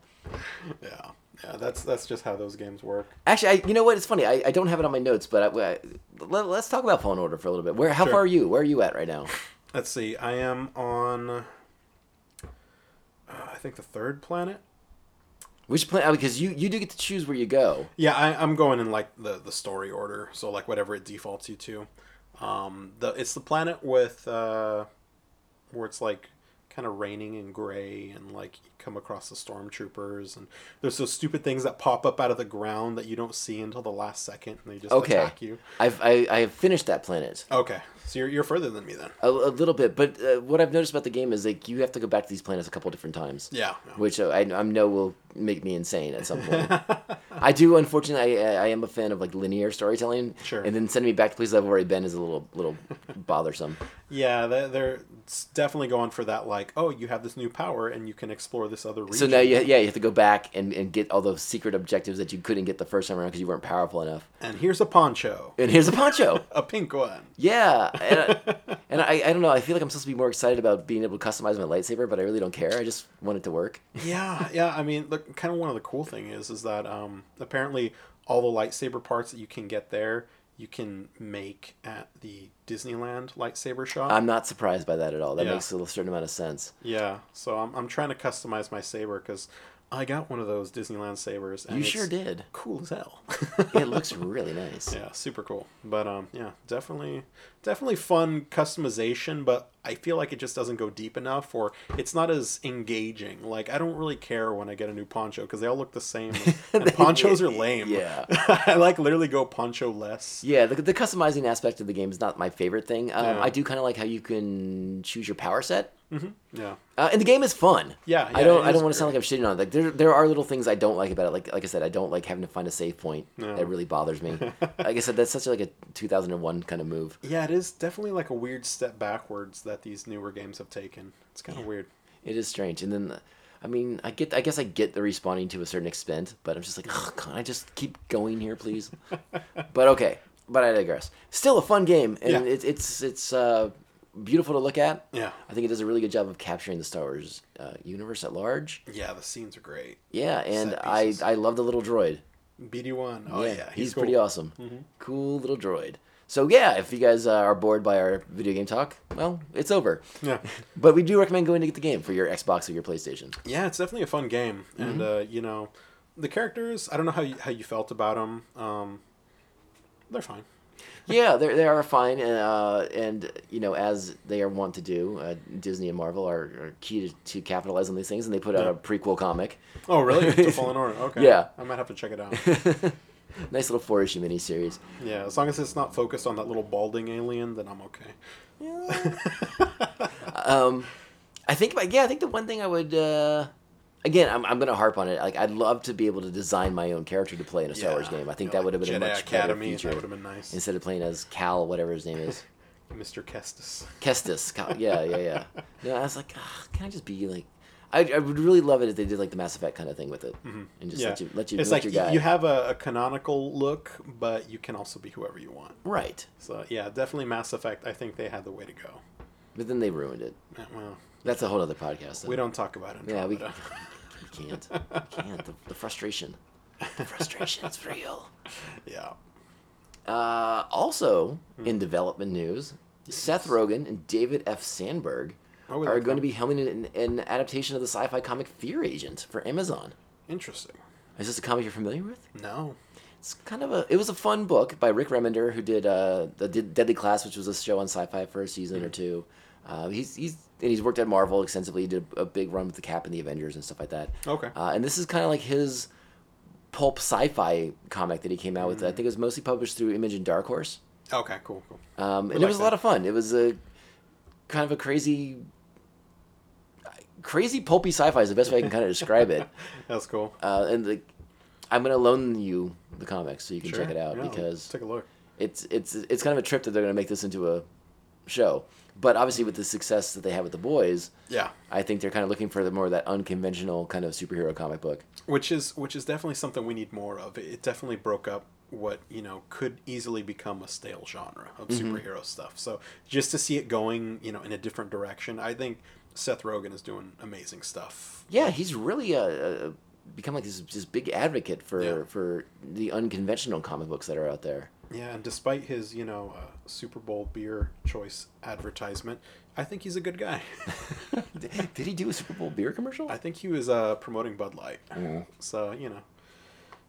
yeah, yeah. That's that's just how those games work. Actually, I, you know what? It's funny. I, I don't have it on my notes, but I, I- let, us talk about Fallen Order for a little bit. Where? How Sure. far are you? Where are you at right now? Let's see. I am on. Uh, I think the third planet. Which plan? oh, Because you you do get to choose where you go. Yeah, I, I'm going in like the the story order, so like whatever it defaults you to. Um, the it's the planet with uh, where it's like kind of raining and gray, and like you come across the stormtroopers, and there's those stupid things that pop up out of the ground that you don't see until the last second, and they just Okay. attack you. I've I, I have finished that planet Okay, so you're you're further than me then. a, a little bit, but uh, what I've noticed about the game is like you have to go back to these planets a couple different times. Yeah. which I, I know will make me insane at some point. I do, unfortunately, I, I am a fan of like linear storytelling. Sure. And then sending me back to places I've already been is a little little bothersome. Yeah, they're, they're s- definitely going for that. Like, oh, you have this new power, and you can explore this other region. So now, you, yeah, you have to go back and, and get all those secret objectives that you couldn't get the first time around because you weren't powerful enough. And here's a poncho, And here's a poncho. a pink one. Yeah, and, I, and I, I don't know. I feel like I'm supposed to be more excited about being able to customize my lightsaber, but I really don't care. I just want it to work. Yeah, yeah. I mean, look, kind of one of the cool thing is, is that um, apparently all the lightsaber parts that you can get there, you can make at the Disneyland lightsaber shop. I'm not surprised by that at all. That Yeah. makes a certain amount of sense. Yeah, so I'm, I'm trying to customize my saber because I got one of those Disneyland sabers. And You it's sure did. Cool as hell. It looks really nice. yeah, super cool. But um, yeah, definitely, definitely fun customization. But I feel like it just doesn't go deep enough, or it's not as engaging. Like I don't really care when I get a new poncho because they all look the same, and ponchos are lame. Yeah. I like literally go poncho less. Yeah, the, the customizing aspect of the game is not my favorite thing. Um, Yeah. I do kind of like how you can choose your power set. Yeah. Uh, and the game is fun. Yeah, I yeah, don't. it I don't is want to sound like I'm shitting on it. Like there, there are little things I don't like about it. Like, like I said, I don't like having to find a save point. No. That really bothers me. like I said, that's such like a 2001 kind of move. Yeah, it is definitely like a weird step backwards that these newer games have taken. It's kind of weird. It is strange. And then, I mean, I get. I guess I get the respawning to a certain extent, but I'm just like, "Ugh, can I just keep going here, please? but okay. But I digress. Still a fun game, and Yeah. it's it's it's uh, beautiful to look at. Yeah. I think it does a really good job of capturing the Star Wars uh, universe at large. Yeah, the scenes are great. Yeah, and Set I pieces. I love the little droid. BD1. Oh, yeah. he's, cool. Mm-hmm. pretty awesome. Cool little droid. So yeah, if you guys uh, are bored by our video game talk, well, it's over. Yeah. But we do recommend going to get the game for your Xbox or your PlayStation. Yeah, it's definitely a fun game. And, Mm-hmm. uh, you know, the characters, I don't know how you, how you felt about them. Um, they're fine. yeah, they they are fine, and uh, and you know as they are wont to do, uh, Disney and Marvel are, are key to, to capitalize on these things, and they put out a prequel comic, Oh, really? to Fallen Order. Okay. Yeah. I might have to check it out. nice little four issue miniseries. yeah, as long as it's not focused on that little balding alien, then I'm okay. Um, I think, but yeah, I think the one thing I would, uh, again, I'm, I'm gonna harp on it. Like, I'd love to be able to design my own character to play in a Star Wars Yeah, game. I you think know, that would have been a Jedi much Academy, better That would feature have been nice. instead of playing as Cal, whatever his name is, Mr. Kestis. Kestis. Cal, yeah, yeah, yeah. No, I was like, "Ugh, can I just be like? I, I would really love it if they did like the Mass Effect kind of thing with it, and just let you let you Mm-hmm. it's let like your y- guy you have a, a canonical look, but you can also be whoever you want. right. So yeah, definitely Mass Effect. I think they had the way to go. But then they ruined it. Eh, Well, That's a whole other podcast. Though. we don't talk about it. Yeah, we, we can't. We can't. The, the frustration. The frustration is real. yeah. Uh, also, in development news, Seth Rogen and David F. Sandberg Oh, we are like going to be helming an, an adaptation of the sci fi comic Fear Agent for Amazon. Interesting. Is this a comic you're familiar with? No. It's kind of a. It was a fun book by Rick Remender, who did uh, the did Deadly Class, which was a show on Sci-Fi for a season or two. Uh, he's he's and he's worked at Marvel extensively. He did a big run with the Cap and the Avengers and stuff like that. Okay. Uh, and this is kind of like his pulp sci-fi comic that he came out with. I think it was mostly published through Image and Dark Horse. Okay. Cool. Cool. Um, and like it was that. a lot of fun. It was a kind of a crazy, crazy pulpy sci-fi is the best way I can kind of describe it. That's cool. Uh, and the, I'm gonna loan you the comics so you can Sure. check it out Yeah, let's because take a look. it's it's it's kind of a trip that they're gonna make this into a show. But obviously, with the success that they have with the boys, Yeah. I think they're kind of looking for the more of that unconventional kind of superhero comic book. Which is which is definitely something we need more of. It definitely broke up what you know could easily become a stale genre of Mm-hmm. superhero stuff. So just to see it going, you know, in a different direction, I think Seth Rogen is doing amazing stuff. Yeah, he's really uh uh become like this this big advocate for Yeah. for the unconventional comic books that are out there. Yeah, and despite his, you know, uh, Super Bowl beer choice advertisement, I think he's a good guy. Did he do a Super Bowl beer commercial? I think he was uh, promoting Bud Light. So, you know,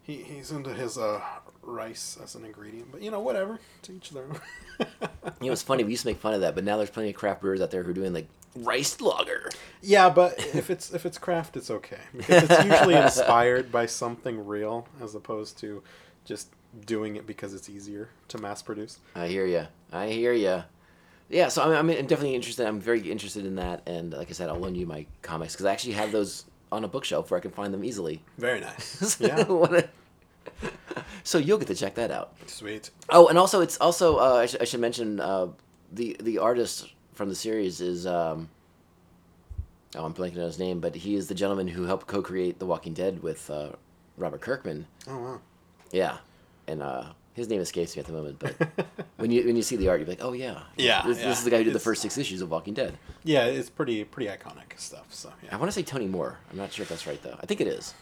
he, he's into his uh, rice as an ingredient. But, you know, whatever. To each their own. You know, it's funny. We used to make fun of that, but now there's plenty of craft brewers out there who are doing like rice lager. yeah, but if it's if it's craft, it's okay. Because it's usually inspired by something real as opposed to just doing it because it's easier to mass produce. I hear ya. I hear ya. Yeah, so I'm, I'm definitely interested. I'm very interested in that, and like I said, I'll loan you my comics because I actually have those on a bookshelf where I can find them easily. Very nice. So Yeah. what a- so you'll get to check that out. Sweet. Oh, and also it's also uh, I, sh- I should mention uh, the the artist from the series is um, oh I'm blanking on his name, but he is the gentleman who helped co-create The Walking Dead with uh, Robert Kirkman. Oh, wow. Yeah, and uh, his name escapes me at the moment, but when you when you see the art, you're like, oh yeah, Yeah, this, yeah. this is the guy who did It's- the first six issues of Walking Dead. Yeah, it's pretty pretty iconic stuff. So I yeah, want to say Tony Moore. I'm not sure if that's right though. I think it is.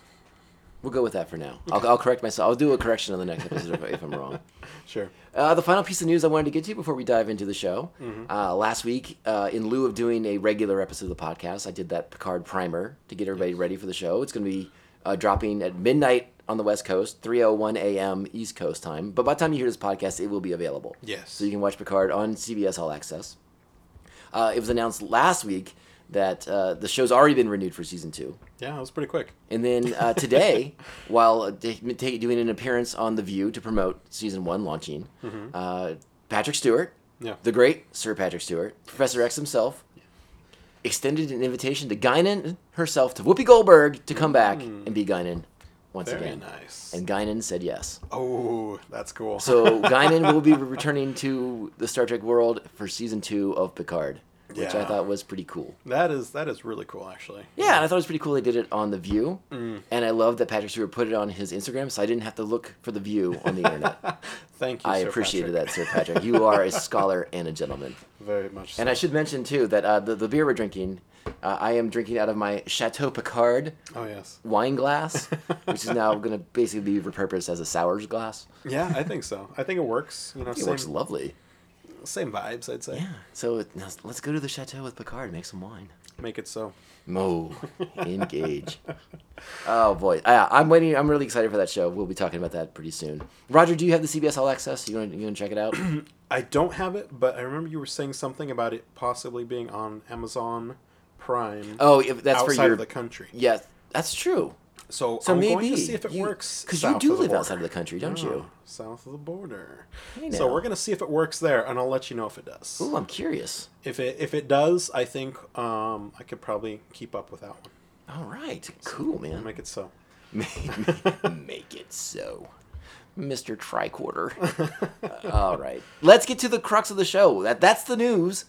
We'll go with that for now. I'll, I'll correct myself. I'll do a correction on the next episode if, if I'm wrong. sure. Uh, the final piece of news I wanted to get to before we dive into the show. Uh, last week, uh, in lieu of doing a regular episode of the podcast, I did that Picard primer to get everybody ready for the show. It's going to be uh, dropping at midnight on the West Coast, 3:01 a.m. East Coast time. But by the time you hear this podcast, it will be available. Yes. So you can watch Picard on CBS All Access. Uh, it was announced last week that uh, the show's already been renewed for season two. Yeah, it was pretty quick. And then uh, today, while uh, t- t- doing an appearance on The View to promote season one launching, Mm-hmm. uh, Patrick Stewart, Yeah. the great Sir Patrick Stewart, Professor X himself, extended an invitation to Guinan herself, to Whoopi Goldberg, to come back and be Guinan once Mm. Very again. nice. And Guinan said yes. oh, that's cool. So Guinan will be returning to the Star Trek world for season two of Picard, which I Yeah. thought was pretty cool. that is that is really cool, actually. Yeah, and I thought it was pretty cool they did it on The View. Mm. And I love that Patrick Stewart put it on his Instagram, so I didn't have to look for The View on the internet. Thank you. I Sir appreciated Patrick. that, Sir Patrick. You are a scholar and a gentleman. very much. So. And I should mention, too, that uh, the, the beer we're drinking, uh, I am drinking out of my Chateau Picard oh yes. wine glass, which is now going to basically be repurposed as a sours glass. Yeah, I think so. I think it works. You know, It same, works lovely. same vibes. I'd say. Yeah. So it, now let's go to the Chateau with Picard and make some wine. Make it so. Mo, engage. Oh boy, I, I'm waiting. I'm really excited for that show. We'll be talking about that pretty soon. Roger, do you have the CBS All Access? You want you want to check it out? I don't have it, but I remember you were saying something about it possibly being on Amazon Prime. oh, if that's outside for your of the country. yeah, that's true. So, So I'm maybe going to see if it you- works 'cause you south do of the live border. Hmm, outside of the country, don't you? South of the border. Hey so now. we're gonna see if it works there, and I'll let you know if it does. Ooh, I'm curious. If it if it does, I think um, I could probably keep up with that one. All right, cool, I'll man. make it so. Make it so, Mister Tricorder. Uh, All right, let's get to the crux of the show. That that's the news.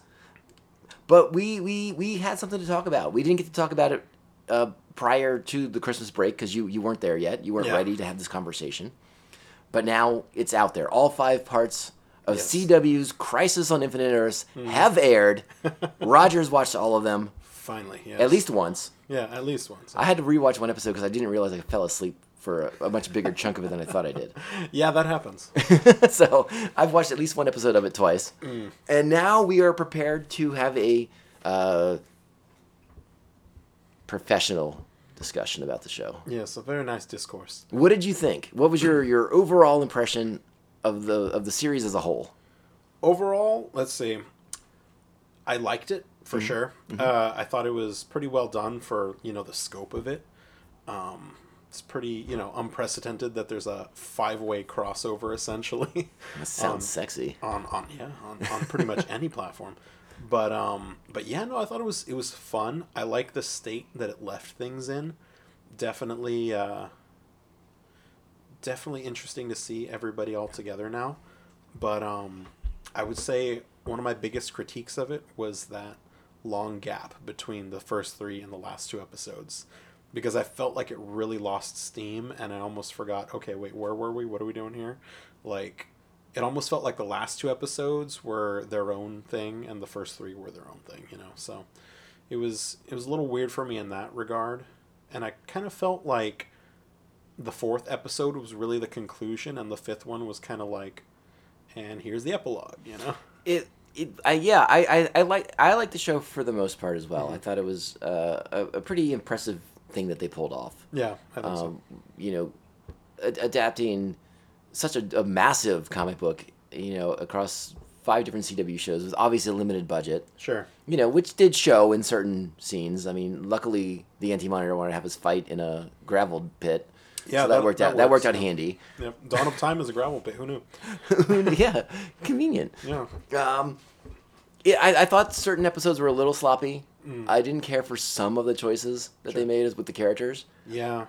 But we we we had something to talk about. We didn't get to talk about it uh, prior to the Christmas break because you you weren't there yet. You weren't Yeah. ready to have this conversation. But now it's out there. All five parts of Yes. Hmm. CW's Crisis on Infinite Earths have aired. Rogers watched all of them Finally, yes. at least once. yeah, at least once. I had to rewatch one episode because I didn't realize I fell asleep for a, a much bigger chunk of it than I thought I did. yeah, that happens. so I've watched at least one episode of it twice, and now we are prepared to have a uh, professional discussion about the show. yes, a very nice discourse. What did you think? What was your your overall impression of the of the series as a whole? overall, let's see. I liked it for sure. Uh, I thought it was pretty well done for you know the scope of it. Um, it's pretty you know unprecedented that there's a five way crossover essentially That sounds sexy. on on yeah on, on pretty much any platform. But um but yeah no I thought it was it was fun. I like the state that it left things in. Definitely uh definitely interesting to see everybody all together now. But um I would say one of my biggest critiques of it was that long gap between the first 3 and the last two episodes because I felt like it really lost steam and I almost forgot okay wait where were we what are we doing here like it almost felt like the last two episodes were their own thing and the first three were their own thing you know so it was it was a little weird for me in that regard and i kind of felt like the fourth episode was really the conclusion and the fifth one was kind of like and here's the epilogue you know It. It, I, yeah, I, I, I like I like the show for the most part as well. I thought it was uh, a, a pretty impressive thing that they pulled off. yeah i think so um, you know, ad- adapting such a, a massive comic book, you know, across five different CW shows with obviously a limited budget, sure you know, which did show in certain scenes. I mean, luckily the Anti-Monitor wanted to have his fight in a gravel pit. Yeah, so that, that- worked that out. That worked works, out yeah. handy. yep. dawn of time is a gravel pit who knew yeah, convenient. yeah Um, yeah, I, I thought certain episodes were a little sloppy. Mm. I didn't care for some of the choices that they made with the characters. yeah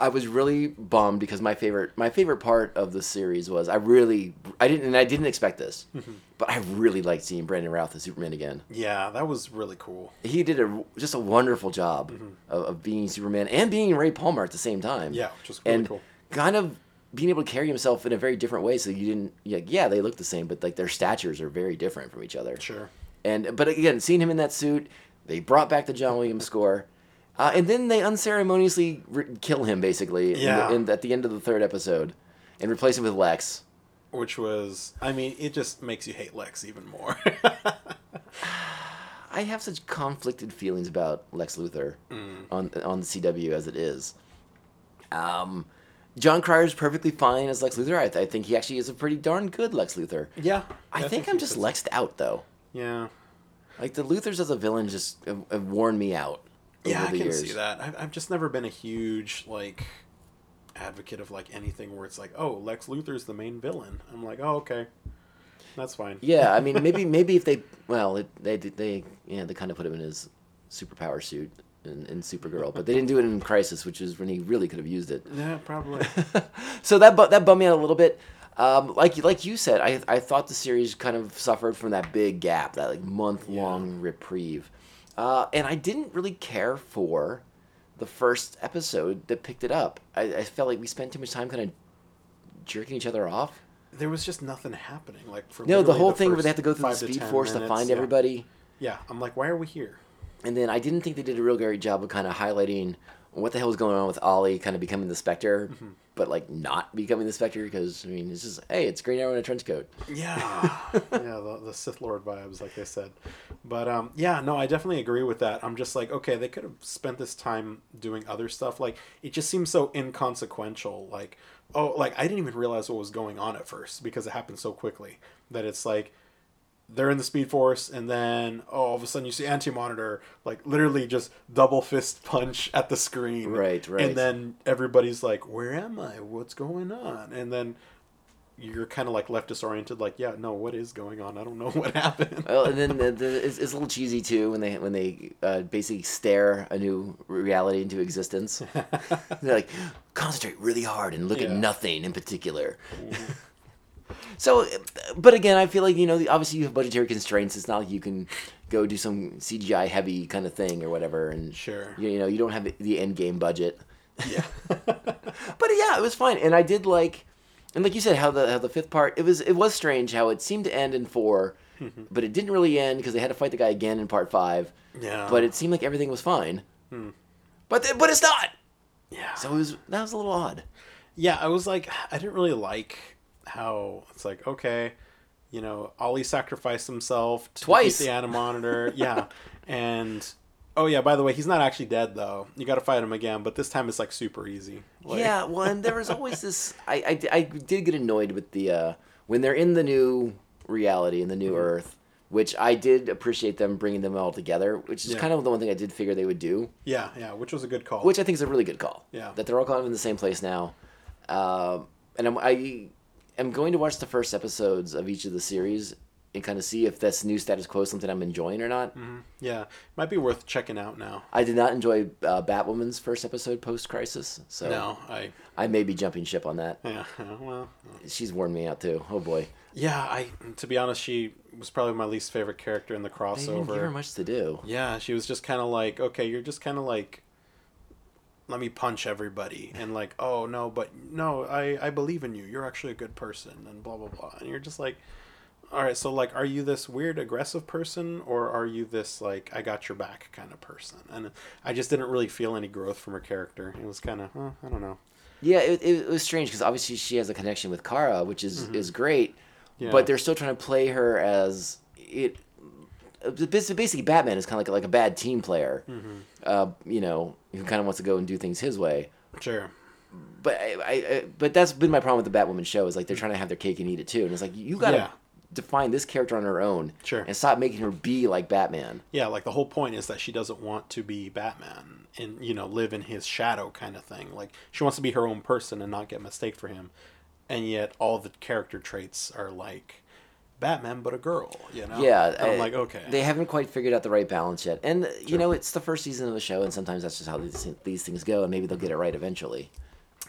I was really bummed because my favorite my favorite part of the series was I really I didn't and I didn't expect this, Mm-hmm. but I really liked seeing Brandon Routh as Superman again. yeah that was really cool He did a just a wonderful job of, of being Superman and being Ray Palmer at the same time. Mm-hmm. Yeah, which is really and cool. kind of being able to carry himself in a very different way. So you didn't yeah yeah they look the same, but like their statures are very different from each other. sure And but again, seeing him in that suit, they brought back the John Williams score, uh, and then they unceremoniously re- kill him basically. in the- Yeah. in- at the end of the third episode, and replace him with Lex. which was i mean it just makes you hate lex even more Mm. I have such conflicted feelings about Lex Luthor on on the CW as it is. Um, John Cryer is perfectly fine as Lex Luthor. I, th- I think he actually is a pretty darn good Lex Luthor. Yeah. I, think, he I'm just fits. Lexed out though. Yeah. Like the Luthers as a villain just have, have worn me out. Over Yeah, I the can years. see that. I've, I've just never been a huge like advocate of like anything where it's like, oh, Lex Luthor's the main villain. I'm like, oh, okay, that's fine. Yeah, I mean, maybe maybe if they well, it, they did- they yeah they kind of put him in his superpower suit in, in Supergirl, but they didn't do it in Crisis, which is when he really could have used it. Yeah, probably. So that bu- that bummed me out a little bit. Um, like like you said, I I thought the series kind of suffered from that big gap, that like month long reprieve, uh, and I didn't really care for the first episode that picked it up. I, I felt like we spent too much time kind of jerking each other off. there was just nothing happening. Like for No, the literally whole thing where they first have to go through the five to Speed 10 Force to minutes, find yeah. everybody. Yeah, I'm like, why are we here? And then I didn't think they did a real great job of kind of highlighting what the hell was going on with Ollie kind of becoming the Spectre, but like not becoming the Spectre because I mean it's just hey, it's Green Arrow in a trench coat. Yeah, yeah, the, the Sith Lord vibes, like they said. But um, yeah, no, I definitely agree with that. I'm just like, okay, they could have spent this time doing other stuff. Like, it just seems so inconsequential. Like, oh, like I didn't even realize what was going on at first because it happened so quickly that it's like they're in the Speed Force, and then oh, all of a sudden you see Anti Monitor like literally just double fist punch at the screen. Right, right. And then everybody's like, "Where am I? What's going on?" And then you're kind of like left disoriented. Like, yeah, no, what is going on? I don't know what happened. Well, and then the, the, it's, it's a little cheesy too when they when they uh, basically stare a new reality into existence. They're like, concentrate really hard and look at Yeah. nothing in particular. so, but again, I feel like you know obviously you have budgetary constraints. It's not like you can go do some CGI heavy kind of thing or whatever. And Sure. you, you know you don't have the- the end game budget. yeah, But yeah, it was fine, and I did like, and like you said, how the how the fifth part it was it was strange how it seemed to end in 4 but it didn't really end because they had to fight the guy again in part five. Mm-hmm. yeah, Hmm. But it seemed like everything was fine. But th- but it's not. yeah. So it was that was a little odd. yeah i was like i didn't really like how it's like okay you know ollie sacrificed himself to Twice. defeat the animonitor yeah and oh yeah by the way he's not actually dead though you gotta fight him again but this time it's like super easy like, yeah, well, and there was always this. I, I, di- I did get annoyed with the uh, when they're in the new reality in the Hmm. new Earth, which I did appreciate them bringing them all together, which is Yeah. kind of the one thing I did figure they would do. yeah yeah which was a good call which I think is a really good call. Yeah. that they're all kind of in the same place now, um, and I'm, I am going to watch the first episodes of each of the series and kind of see if this new status quo is something I'm enjoying or not. Mm-hmm. yeah might be worth checking out now I did not enjoy uh, Batwoman's first episode post Crisis, so no i I may be jumping ship on that. yeah well She's worn me out too. Oh boy, yeah i to be honest she was probably my least favorite character in the they didn't give crossover her much to do. Yeah, she was just kind of like, okay, you're just kind of like, let me punch everybody, and like, oh no, but no, I I believe in you. You're actually a good person, and blah blah blah. And you're just like, all right, so like, are you this weird aggressive person, or are you this like I got your back kind of person? And I just didn't really feel any growth from her character. It was kind of, huh, I don't know. Yeah, it, it was strange because obviously she has a connection with Kara, which is is great, Mm-hmm. Yeah. but they're still trying to play her as it. uh, bas- Basically, Batman is kind of like, like a bad team player, Mm-hmm. uh, you know, who kind of wants to go and do things his way. Sure. But I, I, I, but that's been my problem with the Batwoman show is like they're trying to have their cake and eat it too, and it's like you gotta Yeah. define this character on her own, Sure. and stop making her be like Batman. Yeah, like the whole point is that she doesn't want to be Batman and you know live in his shadow kind of thing. Like she wants to be her own person and not get mistake for him. And yet all the character traits are like Batman but a girl, you know. Yeah, Oh, And I'm I- like, okay. They haven't quite figured out the right balance yet, and you know, it's the first season of the show, and sometimes that's just how these, these things go, and maybe they'll get it right eventually.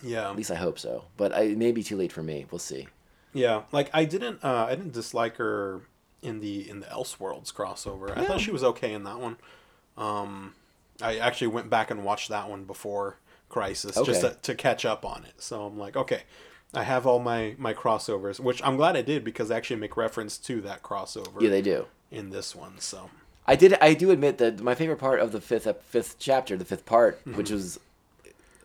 yeah. At least I hope so. But I, it may be too late for me. We'll see. Yeah, like I didn't uh I didn't dislike her in the in the Elseworlds crossover. I thought she was okay in that one. Um I actually went back and watched that one before Crisis just Okay. to, to catch up on it. So I'm like, okay, I have all my my crossovers, which I'm glad I did because I actually make reference to that crossover Yeah, they do. in this one. So I did. I do admit that my favorite part of the fifth ep- fifth chapter, the fifth part, which was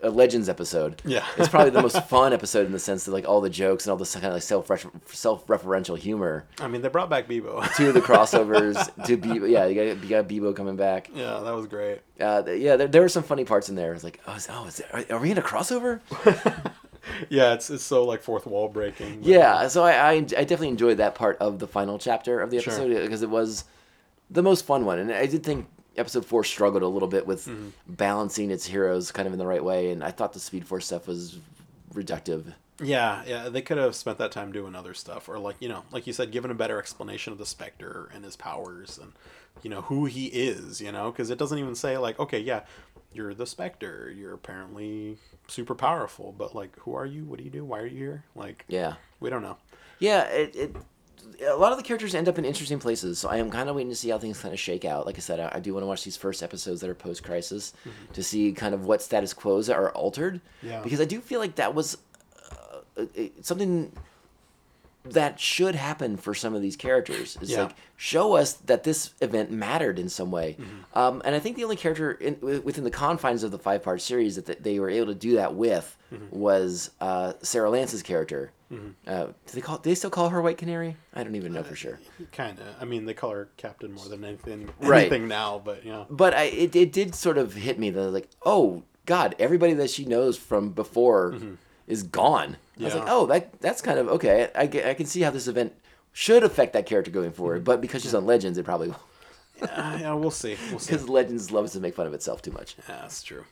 a Legends episode. Mm-hmm. Yeah. it's probably the most fun episode in the sense that like all the jokes and all this kind of like self self referential humor I mean, they brought back Bebo. to the crossovers to Bebo. Yeah, you got, you got Bebo coming back. yeah, that was great. Uh, th- yeah, there, there were some funny parts in there. It's like, oh, is, oh, is there, are we in a crossover? Yeah, it's it's so like fourth wall breaking. but- Yeah, so I, I, I definitely enjoyed that part of the final chapter of the Sure. episode because it was the most fun one, and I did think episode four struggled a little bit with balancing its heroes kind of in the right way, and I thought the Speed Force stuff was reductive. Yeah, yeah, they could have spent that time doing other stuff, or like you know, like you said, given a better explanation of the Spectre and his powers, and you know who he is, you know, because it doesn't even say like, okay, yeah, you're the Spectre, you're apparently super powerful, but like, who are you? What do you do? Why are you here? Like, Yeah, we don't know. yeah, it. it a lot of the characters end up in interesting places, so I am kind of waiting to see how things kind of shake out. Like I said, I, I do want to watch these first episodes that are post crisis to see kind of what status quos are altered. Yeah. Because I do feel like that was uh, it- something that should happen for some of these characters. It's Yeah. like show us that this event mattered in some way. Um, and I think the only character in, wi- within the confines of the five part series that th- they were able to do that with was uh, Sarah Lance's character. Uh, do they call? Do they still call her White Canary? I don't even know for sure. Kind of. I mean, they call her Captain more than anything, Right. anything now, but yeah, but I it, it did sort of hit me that like oh god everybody that she knows from before is gone. I was Yeah. like oh that that's kind of okay. I, get- I can see how this event should affect that character going forward, but because she's on Legends, it probably Uh, yeah, we'll see. We'll see. because Legends loves to make fun of itself too much. Yeah, that's true.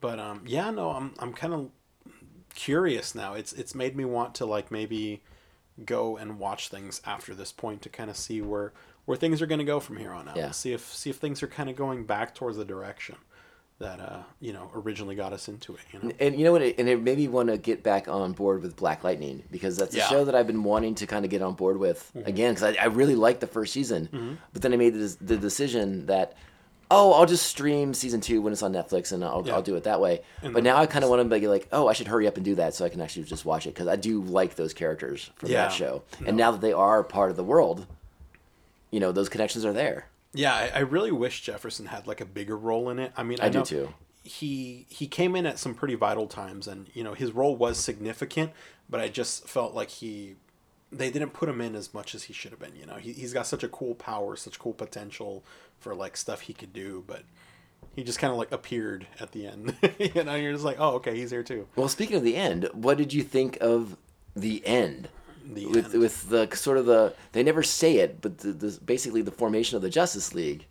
But um, yeah, no, I'm I'm kind of curious now. It's it's made me want to like maybe go and watch things after this point to kind of see where where things are going to go from here on out. Yeah. See if see if things are kind of going back towards the direction that uh you know originally got us into it. You know. And you know what? It, and it made me want to get back on board with Black Lightning because that's a Yeah. Mm-hmm. show that I've been wanting to kind of get on board with again because I, I really liked the first season, but then I made the, the decision that oh I'll just stream season two when it's on Netflix and I'll, Yeah. I'll do it that way. And but then- now I kind of want to be like oh I should hurry up and do that so I can actually just watch it because I do like those characters from Yeah. that show, and now that they are part of the world, you know those connections are there. Yeah, I, I really wish Jefferson had like a bigger role in it. I mean, I, I do know too. He he came in at some pretty vital times, and you know his role was significant, but I just felt like he they didn't put him in as much as he should have been. You know, he he's got such a cool power, such cool potential for like stuff he could do, but he just kind of like appeared at the end. you know, you're just like, oh, okay, he's here too. Well, speaking of the end, what did you think of the end? The with end. with the sort of the they never say it, but the, the basically the formation of the Justice League.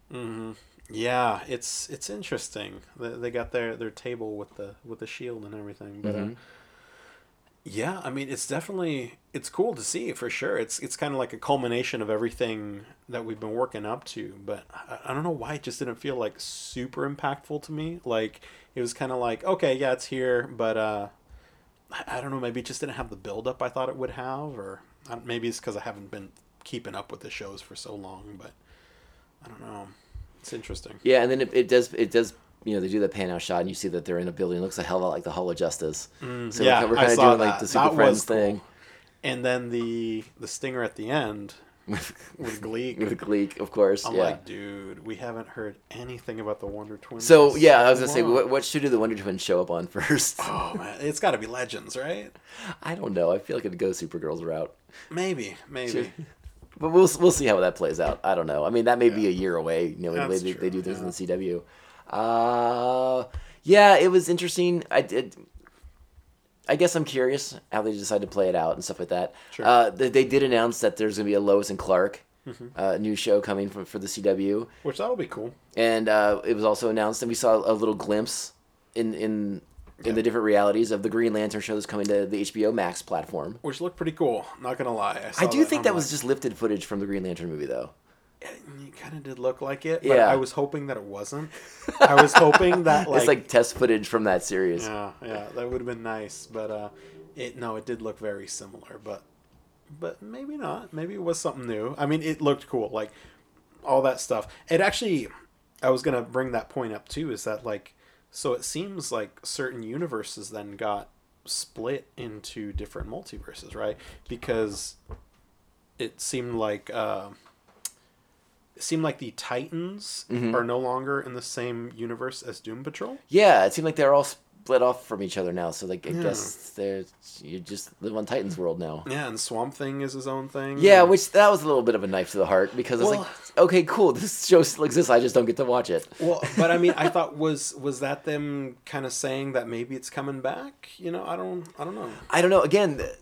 Yeah, it's it's interesting. They, they got their their table with the with the shield and everything, but uh, yeah, I mean, it's definitely it's cool to see for sure. It's it's kind of like a culmination of everything that we've been working up to, but I, I don't know why it just didn't feel like super impactful to me. Like it was kind of like okay, yeah, it's here, but uh, I- I don't know. Maybe it just didn't have the buildup I thought it would have, or I, maybe it's because I haven't been keeping up with the shows for so long, but I don't know. It's interesting. Yeah, and then it, it does it does you know they do the pan out shot and you see that they're in a building. It looks a hell of a lot like the Hall of Justice. so Mm, yeah, we're, we're I kind of saw doing like that. the Super That was Friends cool. thing And then the the stinger at the end with Gleek. with Gleek, of course. I'm yeah. like, dude, we haven't heard anything about the Wonder Twins. so yeah, I was gonna say, Come on. what, what should do the Wonder Twins show up on first? Oh man, it's got to be Legends, right? I don't know. I feel like it'd go Supergirl's route, Maybe, maybe. but we'll we'll see how that plays out. I don't know. I mean, that may be Yeah. a year away. You know, the way That's they, they do true, things yeah. in the CW. Uh, yeah, it was interesting. I did. I guess I'm curious how they decide to play it out and stuff like that. Sure. Uh, they, they did announce that there's gonna be a Lois and Clark Mm-hmm. uh, new show coming for, for the CW, Which that'll be cool. and uh, it was also announced that we saw a little glimpse in in in the different realities of the Green Lantern show that's coming to the HBO Max platform. Which looked pretty cool. Not gonna lie. I, saw I do think that was just just lifted footage from the Green Lantern movie, though. it kind of did look like it. But Yeah. I was hoping that it wasn't. I was hoping that like, it's like test footage from that series. yeah, yeah, that would have been nice. But uh, it no, it did look very similar. But but maybe not. Maybe it was something new. I mean, it looked cool. Like all that stuff. It actually, I was gonna bring that point up too. Is that like so? It seems like certain universes then got split into different multiverses, right? Because it seemed like uh, it seemed like the Titans are no longer in the same universe as Doom Patrol. Yeah, it seemed like they're all s- split off from each other now, so like I guess there's you just live on Titan's world now. Yeah, and Swamp Thing is his own thing. Yeah, which that was a little bit of a knife to the heart because it's Well- like, okay, cool, this show still exists. I just don't get to watch it. Well, but I mean, I thought was was that them kind of saying that maybe it's coming back? You know, I don't, I don't know. I don't know. Again, th-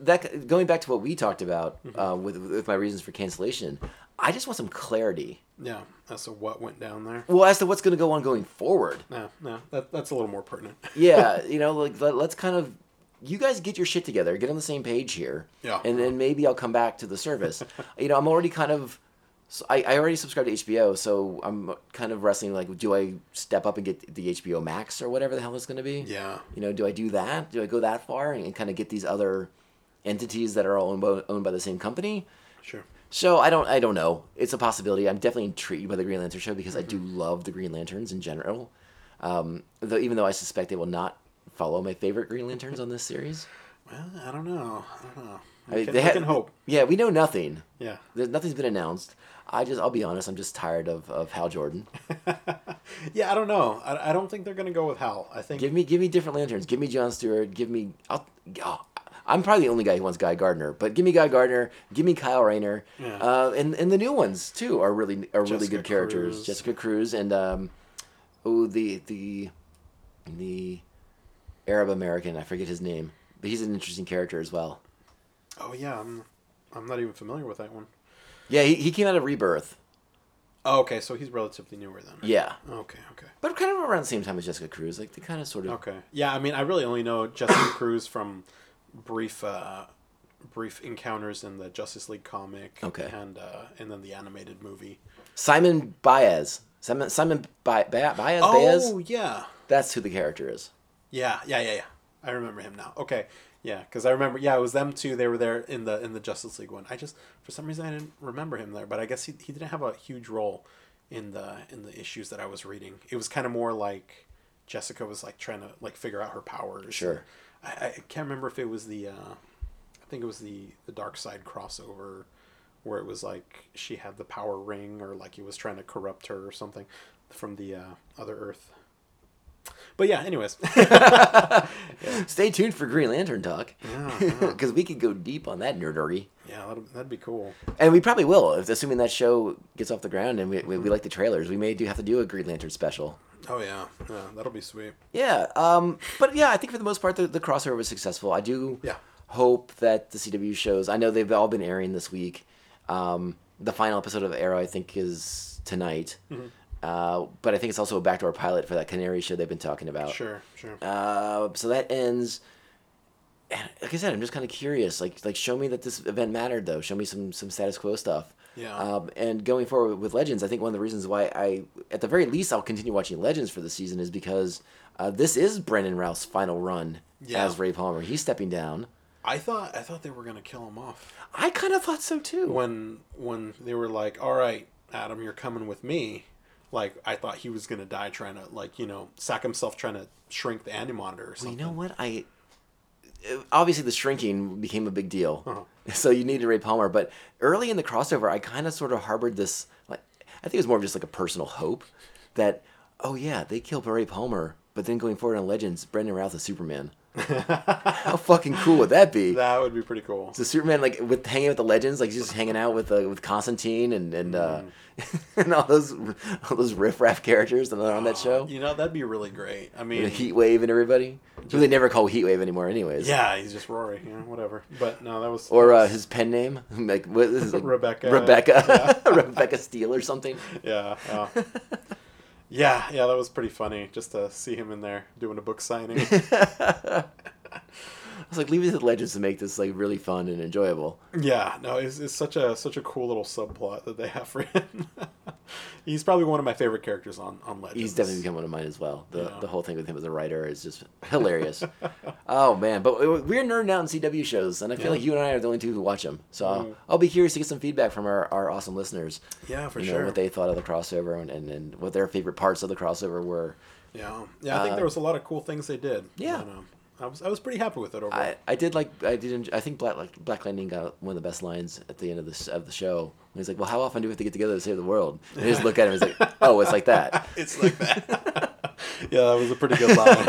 that going back to what we talked about Mm-hmm. uh, with with my reasons for cancellation, I just want some clarity. Yeah, as to what went down there. Well, as to what's going to go on going forward. No, no, that, that's a little more pertinent. Yeah, you know, like let, let's kind of you guys get your shit together, get on the same page here, Yeah. and then maybe I'll come back to the service. you know, I'm already kind of. So I, I already subscribed to HBO, so I'm kind of wrestling like, do I step up and get the HBO Max or whatever the hell it's going to be? Yeah, You know, do I do that? Do I go that far and, kind of get these other entities that are all owned by, owned by the same company? sure. So I don't, I don't know. It's a possibility. I'm definitely intrigued by the Green Lantern show because I Mm-hmm. do love the Green Lanterns in general. Um, though, even though I suspect they will not follow my favorite Green Lanterns on this series, Well, I don't know. I don't know. We I- can, they we ha- can hope. Yeah, we know nothing. Yeah. There's, nothing's been announced. I just, I'll be honest. I'm just tired of, of Hal Jordan. Yeah, I don't know. I, I don't think they're gonna go with Hal. I think. Give me, give me different lanterns. Give me John Stewart. Give me. I'll, oh, I'm probably the only guy who wants Guy Gardner, but give me Guy Gardner. Give me Kyle Rayner. Yeah. Uh, and and the new ones too are really are really Jessica good characters. Cruz. Jessica Cruz and um, oh the the the Arab American. I forget his name, but he's an interesting character as well. oh yeah, I'm, I'm not even familiar with that one. Yeah, he, he came out of Rebirth. Oh, okay, so he's relatively newer then. Yeah, Okay. Okay. but kind of around the same time as Jessica Cruz. Like they kind of sort of. Okay. Yeah, I mean, I really only know Jessica Cruz from brief, uh, brief encounters in the Justice League comic. Okay. And uh, and then the animated movie. Simon Baez. Simon Simon ba- ba- Baez. Baez. Oh yeah, That's who the character is. yeah, yeah, yeah, yeah. I remember him now. Okay. Yeah, because I remember. Yeah, it was them two. They were there in the in the Justice League one. I just for some reason I didn't remember him there, but I guess he he didn't have a huge role in the in the issues that I was reading. It was kind of more like Jessica was like trying to like figure out her powers. Sure. I, I can't remember if it was the uh, I think it was the the dark side crossover where it was like she had the power ring or like he was trying to corrupt her or something from the uh, other earth. But yeah, anyways. Stay tuned for Green Lantern talk because we could go deep on that nerdery, yeah, that'd, that'd be cool. and we probably will, if, assuming that show gets off the ground and we, we, we like the trailers. We may do have to do a Green Lantern special. Oh yeah, yeah, that'll be sweet. Yeah, um, but yeah, I think for the most part the, the crossover was successful. I do Yeah. hope that the CW shows. I know they've all been airing this week. Um, the final episode of Arrow, I think, is tonight. Uh, but I think it's also a backdoor pilot for that Canary show they've been talking about. Sure, sure. Uh, so that ends. And like I said, I'm just kind of curious. Like, like show me that this event mattered, though. Show me some some status quo stuff. Yeah. Um, and going forward with Legends, I think one of the reasons why I, at the very least, I'll continue watching Legends for the season is because uh, this is Brendan Routh's final run Yeah. as Ray Palmer. He's stepping down. I thought I thought they were gonna kill him off I kind of thought so too. when when they were like, "All right, Adam, you're coming with me." Like I thought he was gonna die trying to like you know sack himself trying to shrink the animonitor or you something. know what I? uh, Obviously, the shrinking became a big deal, Uh-huh. so you needed Ray Palmer. But early in the crossover, I kind of sort of harbored this. Like, I think it was more of just like a personal hope that, oh yeah, they killed Ray Palmer, but then going forward on Legends, Brendan Routh is Superman. How fucking cool would that be? That would be pretty cool. So Superman, like with hanging with the legends, like he's just hanging out with uh, with Constantine and and uh, Mm. and all those all those riffraff characters that are on that show. Uh, You know, that'd be really great. I mean, The Heat Wave and everybody. Who they never call Heat Wave anymore, anyways. yeah, he's just Rory, you know, whatever. But no, that was or uh, his pen name, like what is it? Rebecca. Rebecca, Rebecca Steele or something. yeah, yeah. yeah, yeah, that was pretty funny just to see him in there doing a book signing. I was like, leave it to the legends to make this like really fun and enjoyable. Yeah, no, it's, it's such a such a cool little subplot that they have for him. He's probably one of my favorite characters on on Legends. He's definitely become one of mine as well. The Yeah. the whole thing with him as a writer is just hilarious. oh man, but we- we're nerding out in CW shows, and I feel Yeah. like you and I are the only two who watch them. So I'll, I'll be curious to get some feedback from our, our awesome listeners. yeah for you know, sure. what they thought of the crossover and, and, and what their favorite parts of the crossover were. yeah, yeah. I think there was a lot of cool things they did. Uh, Yeah. and, um, I was I was pretty happy with it overall. I, I did like I did enjoy, I think Black like, Black Lightning got one of the best lines at the end of this of the show. When he's like, "Well, how often do we have to get together to save the world?" And they just look at him. He's like, "Oh, it's like that." it's like that. Yeah, that was a pretty good line.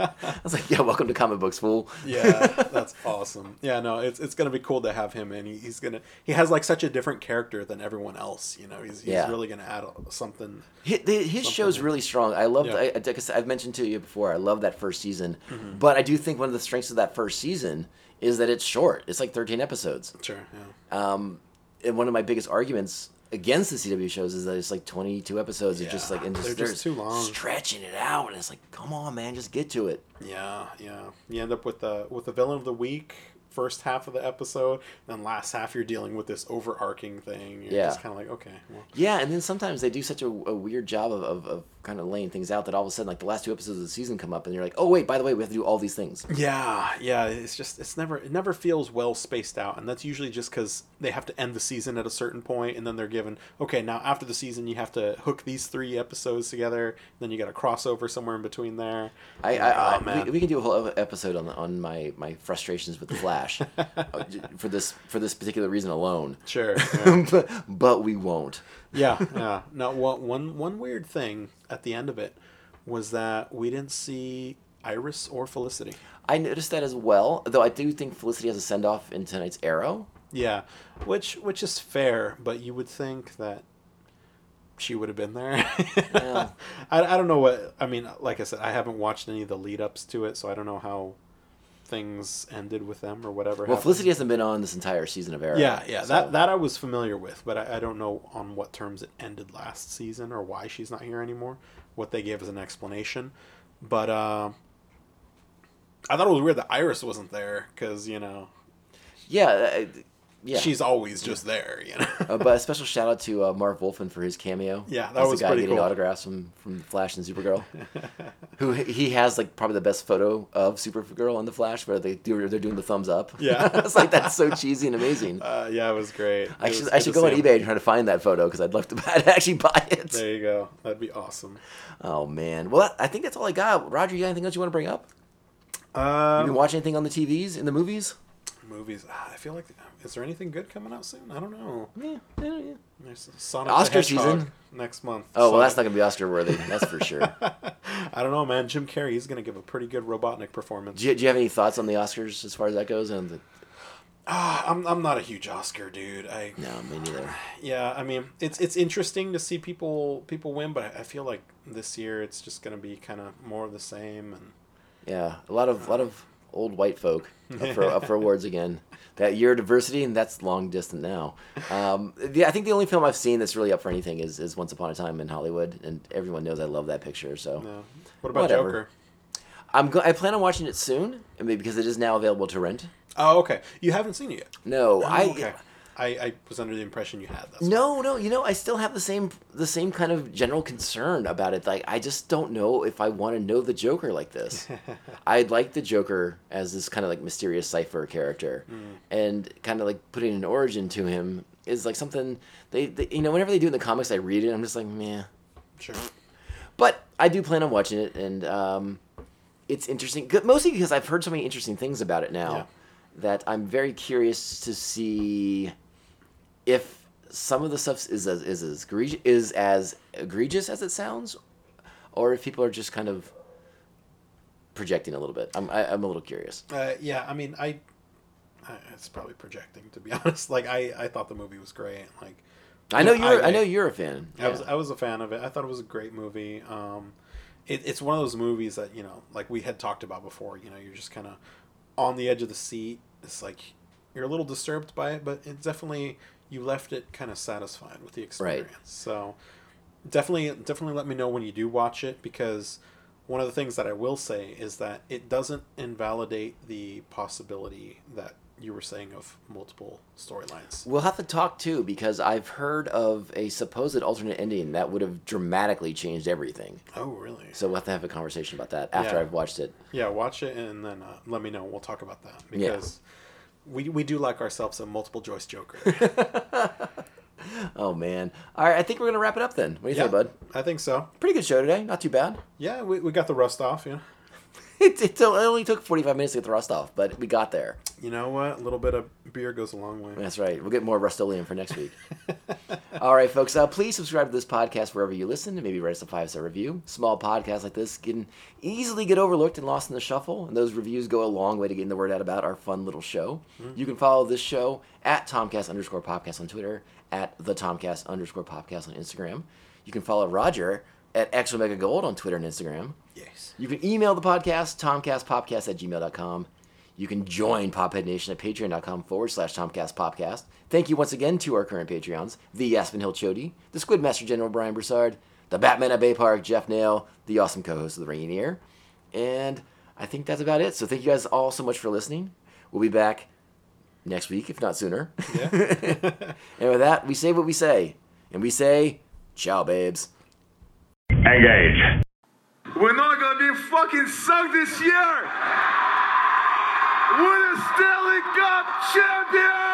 I was like, yeah, welcome to comic books, fool. yeah, that's awesome. Yeah, no, it's it's gonna be cool to have him, and he, he's gonna he has like such a different character than everyone else. You know, he's he's Yeah. really gonna add a- something. His, his show's really strong. I love. Yeah. I, I, like I said- I've mentioned to you before. I love that first season, Mm-hmm. but I do think one of the strengths of that first season is that it's short. It's like 13 episodes. Sure. Yeah. Um, and one of my biggest arguments against the CW shows is that it's like 22 episodes. It's just Yeah, like and just, they're they're just too long. stretching it out, and it's like, come on, man, just get to it. Yeah, yeah. You end up with the with the villain of the week first half of the episode, then last half you're dealing with this overarching thing. You're Yeah. just kind of like, okay, well, Yeah, and then sometimes they do such a, a weird job of, of, of kind of laying things out that all of a sudden, like the last two episodes of the season come up, and you're like, oh wait, by the way, we have to do all these things. yeah, yeah. It's just it's never it never feels well spaced out, and that's usually just because they have to end the season at a certain point, and then they're given okay, now after the season you have to hook these three episodes together, then you got a crossover somewhere in between there. I, You're I, like, I oh man, We, we can do a whole e-, episode on the, on my, my frustrations with the Flash uh, j- for this for this particular reason alone, sure. yeah. but, but we won't. yeah, yeah. No, one, one, one weird thing at the end of it was that we didn't see Iris or Felicity. I noticed that as well, though I do think Felicity has a send off in tonight's Arrow. Yeah, which which is fair, but you would think that she would have been there. Yeah. I, I don't know what I mean. Like I said, I haven't watched any of the lead ups to it, so I don't know how things ended with them or whatever. Well, happened. Felicity hasn't been on this entire season of Arrow. Yeah, yeah, so- that that I was familiar with, but I, I don't know on what terms it ended last season or why she's not here anymore. What they gave as an explanation, but uh, I thought it was weird that Iris wasn't there because you know yeah, uh, yeah. she's always just there. You know, Uh, but a special shout out to uh, Mark Wolfman for his cameo. Yeah, that As was the guy pretty getting cool. autographs from from Flash and Supergirl, who he has like probably the best photo of Supergirl and the Flash, where they do they're doing the thumbs up. Yeah. it's like that's so cheesy and amazing. uh, yeah, it was great. I It was should I good should to go on see him. eBay and try to find that photo because I'd love to I'd actually buy it. There you go. That'd be awesome. Oh man, well I think that's all I got. Roger, you got anything else you want to bring up? You Um, been watching anything on the TVs in the movies? movies. Ah, I feel like is there anything good coming out soon? I don't know. Yeah, yeah, yeah. There's Sonic the Oscar Hedgehog season. next month. Oh well, Sonic- that's not gonna be Oscar worthy. That's for sure. I don't know, man. Jim Carrey, he's gonna give a pretty good Robotnik performance. Do you, do you have any thoughts on the Oscars as far as that goes? And the, Ah, I'm, I'm not a huge Oscar dude. I no, me neither. yeah, I mean it's it's interesting to see people people win, but I, I feel like this year it's just gonna be kind of more of the same. And Yeah, a lot of lot of old white folk up for, up for awards again. That year of diversity, and that's long distant now. Um, yeah, I think the only film I've seen that's really up for anything is, is Once Upon a Time in Hollywood, and everyone knows I love that picture. So yeah. uh, what about Whatever. Joker? I'm go- I plan on watching it soon, I mean, because it is now available to rent. Oh, okay. You haven't seen it yet. No, I Oh, e okay. I, I was under the impression you had. That's why. no no you know I still have the same the same kind of general concern about it. Like I just don't know if I want to know the Joker like this. I like the Joker as this kind of like mysterious cipher character, and kind of like putting an origin to him is like something they, they you know whenever they do it in the comics I read it I'm just like meh. Sure. But I do plan on watching it, and um, it's interesting, good- mostly because I've heard so many interesting things about it now Yeah. that I'm very curious to see if some of the stuff is as is as egregious, is as egregious as it sounds, or if people are just kind of projecting a little bit. I'm I, I'm a little curious. Uh, yeah, I mean, I, I it's probably projecting to be honest. Like, I, I thought the movie was great. Like, I know Yeah, you're I- I, know you're a fan. I was Yeah. I was a fan of it. I thought it was a great movie. Um, it, it's one of those movies that you know, like we had talked about before. You know, you're just kind of on the edge of the seat. It's like you're a little disturbed by it, but it definitely you left it kind of satisfied with the experience. So definitely definitely let me know when you do watch it because one of the things that I will say is that it doesn't invalidate the possibility that you were saying of multiple storylines. We'll have to talk too because I've heard of a supposed alternate ending that would have dramatically changed everything. Oh, really? So we'll have to have a conversation about that after Yeah. I've watched it. Yeah, watch it and then uh, let me know. We'll talk about that Yeah. because we we do like ourselves a multiple choice Joker. Oh man! All right, I think we're gonna wrap it up then. What do you think, bud? I think so. Pretty good show today. Not too bad. Yeah, we, we got the rust off. Yeah, It, it, it only took forty-five minutes to get the rust off, but we got there. You know what? A little bit of beer goes a long way. That's right. We'll get more Rust-Oleum for next week. All right, folks. Uh, please subscribe to this podcast wherever you listen. and Maybe write us a five-star review. Small podcasts like this can easily get overlooked and lost in the shuffle, and those reviews go a long way to getting the word out about our fun little show. You can follow this show at Tomcast underscore podcast on Twitter, at the Tomcast underscore podcast on Instagram. You can follow Roger at X Omega Gold on Twitter and Instagram. Yes. You can email the podcast, tomcastpopcast at gmail.com. You can join Pophead Nation at patreon.com forward slash tomcastpopcast. Thank you once again to our current Patreons, the Aspen Hill Chody, the Squid Master General Brian Broussard, the Batman at Bay Park, Jeff Nail, the awesome co-host of The Rainier. And I think that's about it. So thank you guys all so much for listening. We'll be back next week, if not sooner. Yeah. And with that, we say what we say. And we say, ciao, babes. Engage. We're not gonna be fucking sunk this year. We're the Stanley Cup champions.